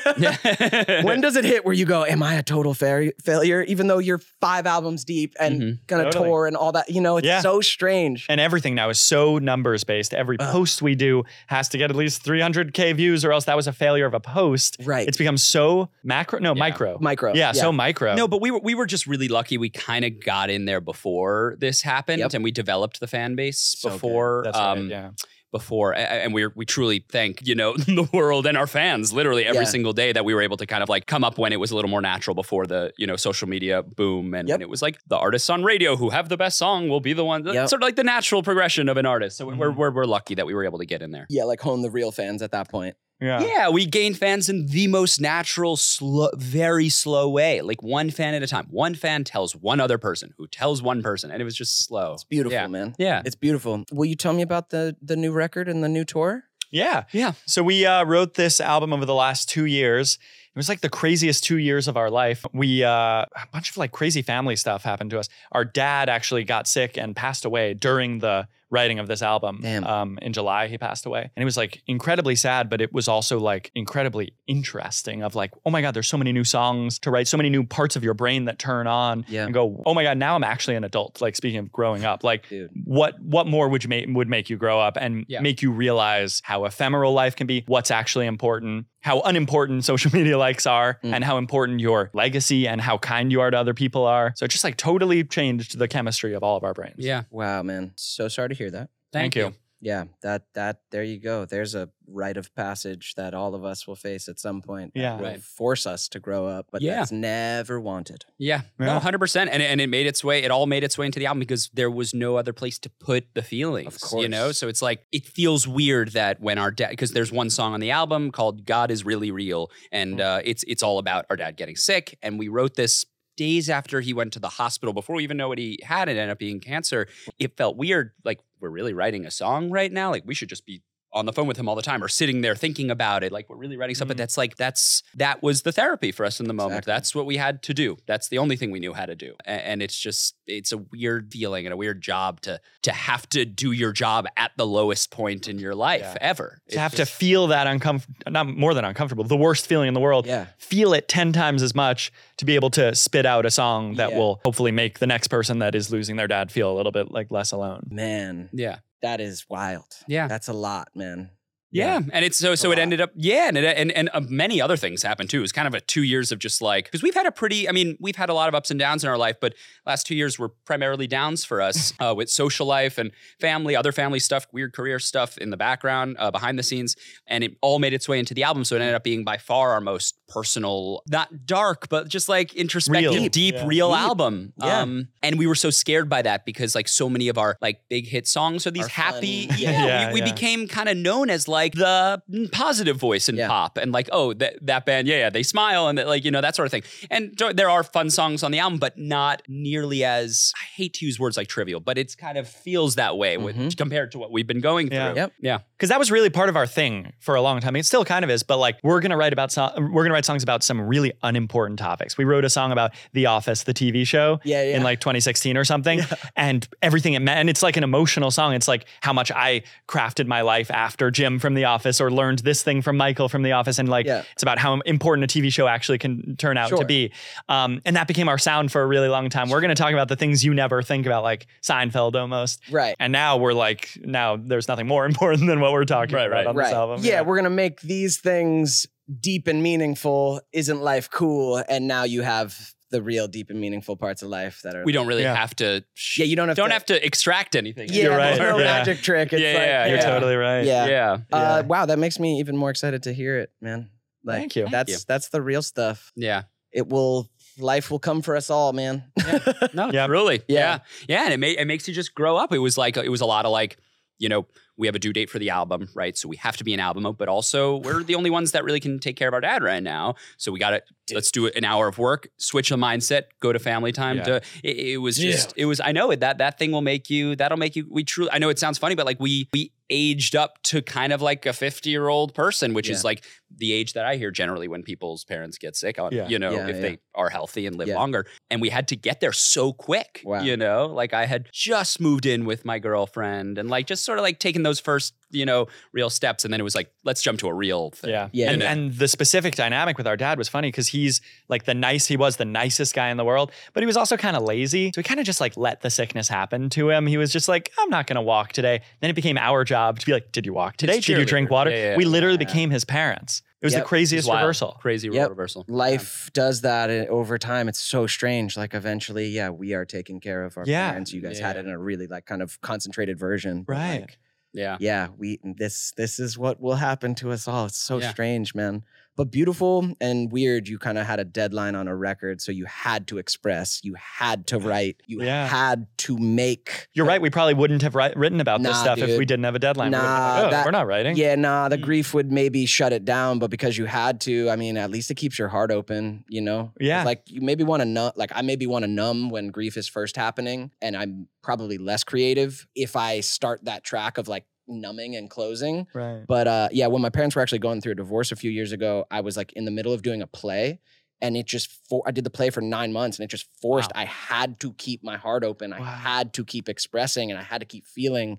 [SPEAKER 2] when does it hit where you go am i a total fa- failure even though you're five albums deep and
[SPEAKER 3] Mhm.
[SPEAKER 2] gonna
[SPEAKER 5] Mm-hmm. Totally.
[SPEAKER 2] tour and all that you know it's
[SPEAKER 5] Yeah.
[SPEAKER 2] so strange
[SPEAKER 5] and everything now is so numbers based. Every
[SPEAKER 2] Ugh.
[SPEAKER 5] post we do has to get at least 300k views, or else that was a failure of a post.
[SPEAKER 2] right
[SPEAKER 5] It's become so macro, no
[SPEAKER 3] Yeah.
[SPEAKER 5] micro,
[SPEAKER 2] micro
[SPEAKER 5] yeah, so micro.
[SPEAKER 3] no, but we were we were just really lucky. We kind of got in there before this happened,
[SPEAKER 2] Yep.
[SPEAKER 3] and we developed the fan base
[SPEAKER 2] good.
[SPEAKER 3] before
[SPEAKER 5] that's
[SPEAKER 3] um,
[SPEAKER 5] right. Yeah,
[SPEAKER 3] before, a- a- and we we truly thank you know the world and our fans literally every
[SPEAKER 2] Yeah.
[SPEAKER 3] single day that we were able to kind of like come up when it was a little more natural before the you know social media boom and
[SPEAKER 2] Yep.
[SPEAKER 3] when it was like the artists on radio who have the best song will be the one
[SPEAKER 2] Yep. Mm-hmm.
[SPEAKER 3] sort of like the natural progression of an artist. So we're, we're we're lucky that we were able to get in there.
[SPEAKER 2] yeah like hone the real fans at that point
[SPEAKER 5] yeah,
[SPEAKER 3] Yeah, we gain fans in the most natural, slow, very slow way, like one fan at a time. One fan tells one other person, who tells one person, and it was just slow.
[SPEAKER 2] it's beautiful
[SPEAKER 3] Yeah.
[SPEAKER 2] man
[SPEAKER 3] Yeah.
[SPEAKER 2] It's beautiful. Will you tell me about the the new record and the new tour?
[SPEAKER 5] yeah,
[SPEAKER 3] Yeah.
[SPEAKER 5] So we uh, wrote this album over the last two years. It was like the craziest two years of our life. We, uh, a bunch of like crazy family stuff happened to us. Our dad actually got sick and passed away during the writing of this album.
[SPEAKER 2] Damn.
[SPEAKER 5] Um, in July, he passed away. And it was like incredibly sad, but it was also like incredibly interesting of like, oh my God, there's so many new songs to write, so many new parts of your brain that turn on
[SPEAKER 2] Yeah.
[SPEAKER 5] and go, oh my God, now I'm actually an adult. Like speaking of growing up, like
[SPEAKER 2] Dude.
[SPEAKER 5] what what more would you make would make you grow up and
[SPEAKER 3] Yeah.
[SPEAKER 5] make you realize how ephemeral life can be, what's actually important, how unimportant social media likes are,
[SPEAKER 2] Mm.
[SPEAKER 5] and how important your legacy and how kind you are to other people are. So it just like totally changed the chemistry of all of our brains.
[SPEAKER 3] Yeah.
[SPEAKER 2] Wow, man. So sorry to hear that.
[SPEAKER 5] Thank you.
[SPEAKER 2] Yeah, that that there you go. There's a rite of passage that all of us will face at some point. that
[SPEAKER 5] Yeah.
[SPEAKER 2] will
[SPEAKER 3] Right.
[SPEAKER 2] force us to grow up, but
[SPEAKER 3] Yeah.
[SPEAKER 2] that's never wanted.
[SPEAKER 3] Yeah, no,
[SPEAKER 5] Yeah.
[SPEAKER 3] hundred percent, and and it made its way. It all made its way into the album because there was no other place to put the feelings. you know.
[SPEAKER 2] course.
[SPEAKER 3] So it's like it feels weird that when our dad, because there's one song on the album called "God Is Really Real," and
[SPEAKER 5] Mm.
[SPEAKER 3] uh, it's it's all about our dad getting sick, and we wrote this days after he went to the hospital before we even know what he had. It ended up being cancer. It felt weird, like we're really writing a song right now. Like we should just be. On the phone with him all the time, or sitting there thinking about it, like we're really writing something.
[SPEAKER 5] Mm.
[SPEAKER 3] That's like that's that was the therapy for us in the moment.
[SPEAKER 2] Exactly.
[SPEAKER 3] That's what we had to do. That's the only thing we knew how to do. A- And, it's just it's a weird feeling and a weird job to to have to do your job at the lowest point in your life
[SPEAKER 5] Yeah.
[SPEAKER 3] ever.
[SPEAKER 5] To have to feel that uncomfortable, not more than uncomfortable, the worst feeling in the world.
[SPEAKER 2] Yeah.
[SPEAKER 5] Feel it 10 times as much to be able to spit out a song that
[SPEAKER 2] Yeah.
[SPEAKER 5] will hopefully make the next person that is losing their dad feel a little bit like less alone.
[SPEAKER 2] Man,
[SPEAKER 3] yeah.
[SPEAKER 2] that is wild.
[SPEAKER 3] Yeah.
[SPEAKER 2] That's a lot, man.
[SPEAKER 3] Yeah. and it's so
[SPEAKER 2] It's a
[SPEAKER 3] so it
[SPEAKER 2] lot.
[SPEAKER 3] ended up yeah, and it, and and uh, many other things happened too. It was kind of a two years of just like because we've had a pretty, I mean, we've had a lot of ups and downs in our life, but last two years were primarily downs for us uh, with social life and family, other family stuff, weird career stuff in the background, uh, behind the scenes, and it all made its way into the album. So it ended up being by far our most personal, not dark, but just like introspective,
[SPEAKER 5] Real.
[SPEAKER 3] deep, deep,
[SPEAKER 5] Yeah.
[SPEAKER 3] real
[SPEAKER 2] Deep.
[SPEAKER 3] album.
[SPEAKER 2] Yeah.
[SPEAKER 3] Um, and we were so scared by that because like so many of our like big hit songs are these
[SPEAKER 2] Are
[SPEAKER 3] happy.
[SPEAKER 2] funny.
[SPEAKER 3] Yeah,
[SPEAKER 5] Yeah,
[SPEAKER 3] we, we
[SPEAKER 5] yeah.
[SPEAKER 3] became kind of known as like the positive voice in
[SPEAKER 2] Yeah.
[SPEAKER 3] pop and like oh that that band yeah yeah they smile and that like you know that sort of thing. And there- there are fun songs on the album, but not nearly as I hate to use words like trivial, but it's kind of feels that way with,
[SPEAKER 2] Mhm.
[SPEAKER 3] compared to what we've been going
[SPEAKER 5] Yeah.
[SPEAKER 3] through.
[SPEAKER 2] Yep.
[SPEAKER 3] Yeah.
[SPEAKER 5] because that was really part of our thing for a long time. It still kind of is, but like we're gonna write about so- we're gonna write songs about some really unimportant topics. We wrote a song about The Office, the TV show,
[SPEAKER 2] Yeah, yeah.
[SPEAKER 5] in like 2016 or something, and everything it meant. And it's like an emotional song. It's like how much I crafted my life after Jim from The Office, or learned this thing from Michael from The Office, and like
[SPEAKER 2] Yeah.
[SPEAKER 5] it's about how important a TV show actually can turn out
[SPEAKER 2] Sure.
[SPEAKER 5] to be. Um, and that became our sound for a really long time. We're gonna talk about the things you never think about, like Seinfeld almost.
[SPEAKER 2] Right.
[SPEAKER 5] And now we're like, now there's nothing more important than what we're talking
[SPEAKER 3] Right,
[SPEAKER 5] about
[SPEAKER 3] right.
[SPEAKER 5] on
[SPEAKER 2] right.
[SPEAKER 5] this album.
[SPEAKER 2] Yeah, we're gonna make these things deep and meaningful. Isn't life cool? And now you have the real deep and meaningful parts of life that are
[SPEAKER 3] We don't really
[SPEAKER 5] Yeah.
[SPEAKER 3] have to. Sh-
[SPEAKER 2] Yeah, you don't have
[SPEAKER 3] don't
[SPEAKER 2] to-
[SPEAKER 3] have to extract anything.
[SPEAKER 2] Yeah,
[SPEAKER 5] You're
[SPEAKER 2] there's
[SPEAKER 5] right,
[SPEAKER 2] no
[SPEAKER 5] yeah.
[SPEAKER 2] magic trick. It's
[SPEAKER 3] Yeah,
[SPEAKER 2] like,
[SPEAKER 3] yeah,
[SPEAKER 5] you're totally right.
[SPEAKER 2] Yeah.
[SPEAKER 3] yeah.
[SPEAKER 2] Uh, wow, that makes me even more excited to hear it, man. Like,
[SPEAKER 5] Thank you.
[SPEAKER 2] That's
[SPEAKER 3] you.
[SPEAKER 2] that's the real stuff.
[SPEAKER 3] yeah.
[SPEAKER 2] It will life will come for us all, man.
[SPEAKER 3] No,
[SPEAKER 5] Yeah.
[SPEAKER 3] really. Yeah.
[SPEAKER 2] Yeah.
[SPEAKER 3] yeah. And it made it makes you just grow up. It was like it was a lot of like, you know, we have a due date for the album, right? So we have to be an album, but also we're the only ones that really can take care of our dad right now. So we got to let's do an hour of work, switch the mindset, go to family time.
[SPEAKER 5] Yeah.
[SPEAKER 3] To it, it was
[SPEAKER 2] Yeah.
[SPEAKER 3] just it was I know it that that thing will make you that'll make you we truly I know it sounds funny, but like we we aged up to kind of like a 50 year old person, which is
[SPEAKER 2] Yeah.
[SPEAKER 3] like the age that I hear generally when people's parents get sick, on,
[SPEAKER 5] Yeah.
[SPEAKER 3] you know,
[SPEAKER 2] Yeah,
[SPEAKER 3] if
[SPEAKER 2] yeah.
[SPEAKER 3] they are healthy and live
[SPEAKER 2] Yeah.
[SPEAKER 3] longer and we had to get there so quick.
[SPEAKER 2] Wow.
[SPEAKER 3] You know, like I had just moved in with my girlfriend and like just sort of like taking those first, you know, real steps. And then it was like, let's jump to a real thing.
[SPEAKER 5] Yeah.
[SPEAKER 2] Yeah.
[SPEAKER 5] And,
[SPEAKER 2] Yeah.
[SPEAKER 5] and the specific dynamic with our dad was funny because he's like the nice, he was the nicest guy in the world, but he was also kind of lazy. So he kind of just like let the sickness happen to him. He was just like, I'm not going to walk today. Then it became our job to be like, Did you walk today? Did you drink
[SPEAKER 3] cheerleader.
[SPEAKER 5] water?
[SPEAKER 3] Yeah, yeah,
[SPEAKER 5] we literally
[SPEAKER 2] yeah.
[SPEAKER 5] became his parents. It was
[SPEAKER 2] Yep.
[SPEAKER 5] the craziest
[SPEAKER 3] It's wild.
[SPEAKER 5] reversal.
[SPEAKER 3] Crazy role
[SPEAKER 2] Yep.
[SPEAKER 3] reversal.
[SPEAKER 2] Life does that i- over time. It's so strange. Like eventually, yeah, we are taking care of our
[SPEAKER 5] Yeah.
[SPEAKER 2] parents. You guys
[SPEAKER 3] Yeah.
[SPEAKER 2] had it in a really like kind of concentrated version. but,
[SPEAKER 5] Right.
[SPEAKER 2] like,
[SPEAKER 3] Yeah.
[SPEAKER 2] yeah, we this this is what will happen to us all. It's so
[SPEAKER 3] Yeah.
[SPEAKER 2] strange, man. But beautiful and weird. You kind of had a deadline on a record, so you had to express, you had to write, you
[SPEAKER 5] Yeah.
[SPEAKER 2] had to make.
[SPEAKER 5] You're right. We probably wouldn't have wri- written about this
[SPEAKER 2] Nah,
[SPEAKER 5] stuff if
[SPEAKER 2] dude.
[SPEAKER 5] we didn't have a deadline. We would've been
[SPEAKER 2] Nah,
[SPEAKER 5] like, "Oh,
[SPEAKER 2] that-
[SPEAKER 5] we're not writing.
[SPEAKER 2] Yeah, nah,
[SPEAKER 5] Mm.
[SPEAKER 2] the grief would maybe shut it down, but because you had to, I mean, at least it keeps your heart open, you know? It's
[SPEAKER 5] Yeah.
[SPEAKER 2] Like you maybe want to numb, like I maybe want to numb when grief is first happening, and I'm probably less creative if I start that track of like, numbing and closing.
[SPEAKER 5] Right.
[SPEAKER 2] But uh, yeah, when my parents were actually going through a divorce a few years ago, I was like in the middle of doing a play, and it just for I did the play for nine months, and it just forced. I had to keep my heart open. I
[SPEAKER 5] Wow.
[SPEAKER 2] had to keep expressing, and I had to keep feeling.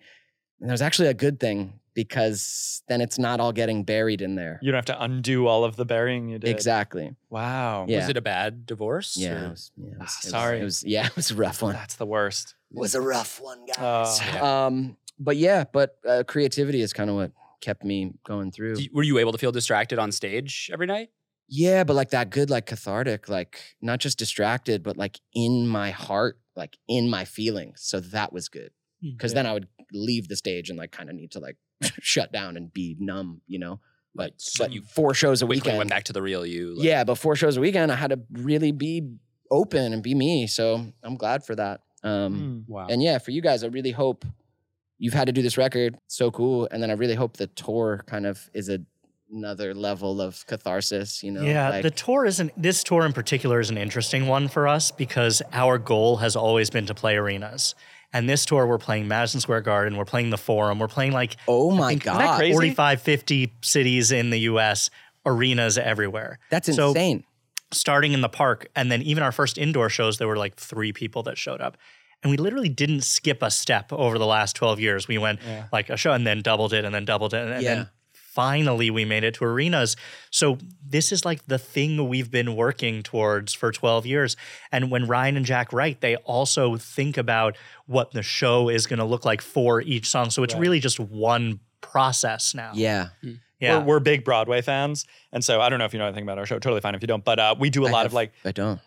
[SPEAKER 2] And that was actually a good thing because then it's not all getting buried in there.
[SPEAKER 5] You don't have to undo all of the burying you did.
[SPEAKER 2] Exactly.
[SPEAKER 5] Wow.
[SPEAKER 2] Yeah.
[SPEAKER 3] Was it a bad divorce?
[SPEAKER 2] Yeah. it
[SPEAKER 3] or-
[SPEAKER 2] was- yeah, it was- it
[SPEAKER 5] Ah,
[SPEAKER 2] was-
[SPEAKER 5] sorry.
[SPEAKER 2] It was yeah. It was a rough one.
[SPEAKER 5] That's the worst.
[SPEAKER 2] was a rough one,
[SPEAKER 5] Oh.
[SPEAKER 2] Um, but yeah, but uh, creativity is kind of what kept me going through.
[SPEAKER 3] Do you- were you able to feel distracted on stage every night?
[SPEAKER 2] yeah, but like that good, like cathartic, like not just distracted, but like in my heart, like in my feelings. So that was good because then I would leave the stage and like kind of need to like shut down and be numb, you know. But,
[SPEAKER 3] Right, so
[SPEAKER 2] but
[SPEAKER 3] you
[SPEAKER 2] four shows a
[SPEAKER 3] Quickly
[SPEAKER 2] weekend.
[SPEAKER 3] went back to the real you. like-
[SPEAKER 2] yeah, but four shows a weekend, I had to really be open and be me. So I'm glad for that. Um,
[SPEAKER 5] Mm.
[SPEAKER 3] Wow.
[SPEAKER 2] And yeah, for you guys, I really hope you've had to do this record. So cool. And then I really hope the tour kind of is a, another level of catharsis, you know?
[SPEAKER 4] yeah,
[SPEAKER 2] like,
[SPEAKER 4] the tour isn't. This tour in particular is an interesting one for us because our goal has always been to play arenas, and this tour we're playing Madison Square Garden, we're playing the Forum, we're playing like
[SPEAKER 2] oh my
[SPEAKER 4] think-
[SPEAKER 2] God.
[SPEAKER 5] Isn't that crazy?
[SPEAKER 4] 45, 50 cities in the U.S. arenas everywhere.
[SPEAKER 2] That's
[SPEAKER 4] So-
[SPEAKER 2] insane.
[SPEAKER 4] starting in the park and then even our first indoor shows there were like three people that showed up and we literally didn't skip a step over the last 12 years we went like a show and then doubled it and then doubled it and, and
[SPEAKER 2] Yeah.
[SPEAKER 4] then finally we made it to arenas so this is like the thing we've been working towards for 12 years and when ryan and jack write they also think about what the show is going to look like for each song so it's really just one process now
[SPEAKER 2] yeah.
[SPEAKER 4] yeah
[SPEAKER 5] We're, we're big Broadway fans. And so I don't know if you know anything about our show. Totally fine if you don't. But uh, we do a
[SPEAKER 2] I
[SPEAKER 5] lot
[SPEAKER 2] have-
[SPEAKER 5] of like,
[SPEAKER 2] I don't.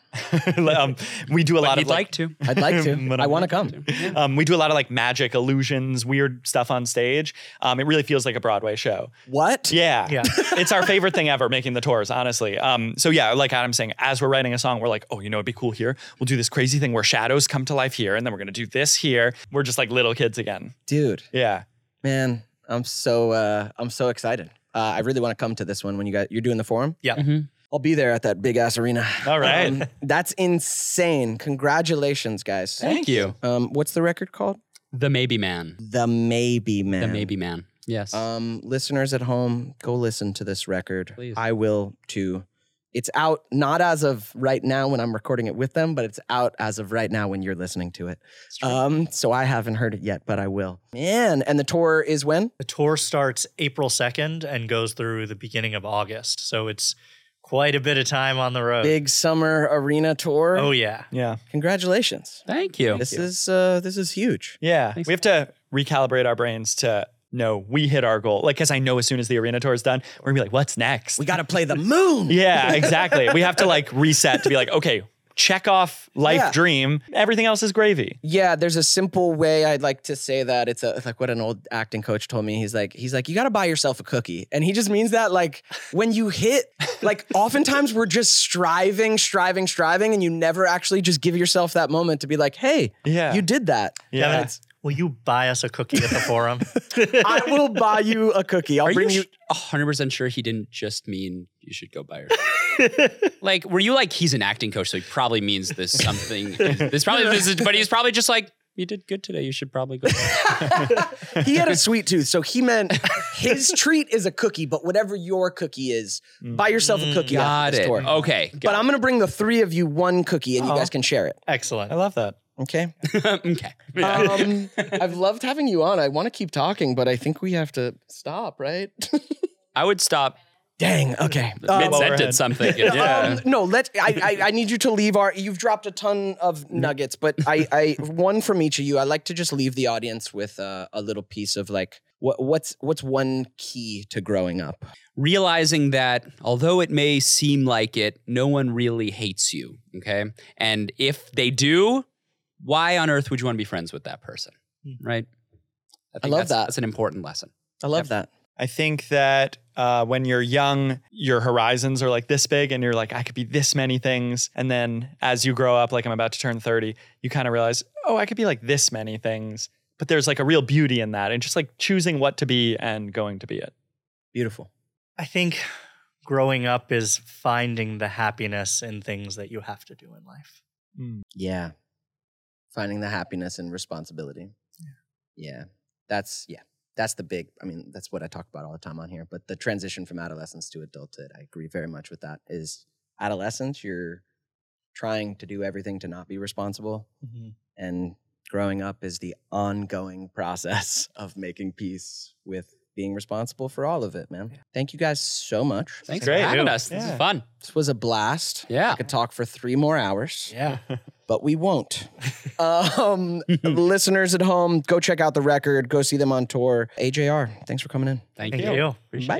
[SPEAKER 5] um, we do a
[SPEAKER 3] But
[SPEAKER 5] lot
[SPEAKER 3] you'd
[SPEAKER 5] of like,
[SPEAKER 3] like to.
[SPEAKER 2] I'd like to.
[SPEAKER 5] But
[SPEAKER 2] I
[SPEAKER 5] I'm
[SPEAKER 2] want to
[SPEAKER 5] not
[SPEAKER 2] come.
[SPEAKER 5] um, we do a lot of like magic illusions, weird stuff on stage. Um, it really feels like a Broadway show.
[SPEAKER 2] What?
[SPEAKER 5] Yeah.
[SPEAKER 4] Yeah.
[SPEAKER 5] it's our favorite thing ever, making the tours, honestly. Um, so yeah, like Adam's saying, as we're writing a song, we're like, oh, you know, it'd be cool here. We'll do this crazy thing where shadows come to life here, and then we're gonna do this here. We're just like little kids again.
[SPEAKER 2] Dude,
[SPEAKER 5] Yeah.
[SPEAKER 2] man, I'm so, uh, I'm so excited. Uh, I really want to come to this one when you guys, you're doing the forum.
[SPEAKER 4] yeah
[SPEAKER 3] Mm-hmm.
[SPEAKER 2] I'll be there at that big ass arena.
[SPEAKER 5] All right.
[SPEAKER 2] Um, that's insane. Congratulations, guys.
[SPEAKER 3] Thank you.
[SPEAKER 2] Um, what's the record called?
[SPEAKER 3] The Maybe Man.
[SPEAKER 2] The Maybe Man.
[SPEAKER 3] The Maybe Man. Yes.
[SPEAKER 2] Um, listeners at home, go listen to this record.
[SPEAKER 3] Please.
[SPEAKER 2] I will too. It's out not as of right now when I'm recording it with them, but it's out as of right now when you're listening to it. Um, so I haven't heard it yet, but I will. Man, and the tour is when?
[SPEAKER 4] The tour starts April 2nd and goes through the beginning of August. So it's quite a bit of time on the road.
[SPEAKER 2] Big summer arena tour.
[SPEAKER 4] Oh, yeah.
[SPEAKER 5] Yeah.
[SPEAKER 2] Congratulations.
[SPEAKER 3] Thank you.
[SPEAKER 2] This is uh, this is huge.
[SPEAKER 5] Yeah. We have to recalibrate our brains to know we hit our goal. Like, cause I know as soon as the arena tour is done, we're gonna be like, what's next?
[SPEAKER 2] We got to play the moon.
[SPEAKER 5] yeah, exactly. we have to like reset to be like, okay, check off life
[SPEAKER 2] Yeah.
[SPEAKER 5] dream. Everything else is gravy.
[SPEAKER 2] Yeah, there's a simple way I'd like to say that. It's a, like what an old acting coach told me. He's like, he's like, you got to buy yourself a cookie, and he just means that like when you hit, like oftentimes we're just striving, striving, striving, and you never actually just give yourself that moment to be like, hey,
[SPEAKER 5] Yeah.
[SPEAKER 2] you did that.
[SPEAKER 5] Yeah.
[SPEAKER 4] Kevin, will you buy us a cookie at the forum?
[SPEAKER 2] I will buy you a cookie. I'll
[SPEAKER 3] Are
[SPEAKER 2] bring
[SPEAKER 3] you
[SPEAKER 2] you.
[SPEAKER 3] sh- 100% sure he didn't just mean you should go by yourself? like, were you like, he's an acting coach, so he probably means this something. this probably, this is, but he's probably just like, you did good today. You should probably go.
[SPEAKER 2] he had a sweet tooth, so he meant his treat is a cookie, but whatever your cookie is, buy yourself a cookie.
[SPEAKER 3] Got Uh-huh.
[SPEAKER 2] after this
[SPEAKER 3] it.
[SPEAKER 2] tour.
[SPEAKER 3] Okay.
[SPEAKER 2] But I'm gonna bring the three of you one cookie, and you guys can share it.
[SPEAKER 4] Excellent.
[SPEAKER 5] I love that.
[SPEAKER 2] Okay.
[SPEAKER 3] okay.
[SPEAKER 2] Um, I've loved having you on. I want to keep talking, but I think we have to stop, right?
[SPEAKER 3] I would stop
[SPEAKER 2] Dang. Okay.
[SPEAKER 3] mid
[SPEAKER 2] Um,
[SPEAKER 5] overhead.
[SPEAKER 3] sentence something. Yeah.
[SPEAKER 2] um, no, let I, I I need you to leave our. You've dropped a ton of nuggets, but I I one from each of you. I like to just leave the audience with uh, a little piece of like what what's what's one key to growing up.
[SPEAKER 3] realizing that although it may seem like it, no one really hates you. Okay. And if they do, why on earth would you want to be friends with that person? Right.
[SPEAKER 2] Hmm.
[SPEAKER 3] think
[SPEAKER 2] love
[SPEAKER 3] that's-
[SPEAKER 2] that.
[SPEAKER 3] That's an important lesson.
[SPEAKER 2] I love that.
[SPEAKER 5] I think that uh, when you're young, your horizons are like this big, and you're like, I could be this many things. And then as you grow up, like I'm about to turn 30, you kind of realize, oh, I could be like this many things. But there's like a real beauty in that, and just like choosing what to be and going to be it.
[SPEAKER 2] Beautiful.
[SPEAKER 4] I think growing up is finding the happiness in things that you have to do in life.
[SPEAKER 2] Hmm. Yeah. Finding the happiness and responsibility. Yeah. That's yeah. that's the big i mean that's what i talk about all the time on here but the transition from adolescence to adulthood i agree very much with that is adolescence you're trying to do everything to not be responsible and growing up is the ongoing process of making peace with being responsible for all of it man thank you guys so much
[SPEAKER 3] Thanks
[SPEAKER 5] great.
[SPEAKER 3] for having
[SPEAKER 4] Yeah.
[SPEAKER 3] us. This is
[SPEAKER 5] Yeah.
[SPEAKER 3] fun.
[SPEAKER 2] this was a blast
[SPEAKER 3] Yeah.
[SPEAKER 2] i could talk for three more hours
[SPEAKER 3] Yeah.
[SPEAKER 2] but we won't. um, listeners at home, go check out the record, go see them on tour. AJR, thanks for coming in.
[SPEAKER 3] Thank,
[SPEAKER 4] Thank
[SPEAKER 3] you.
[SPEAKER 4] you.
[SPEAKER 2] Bye.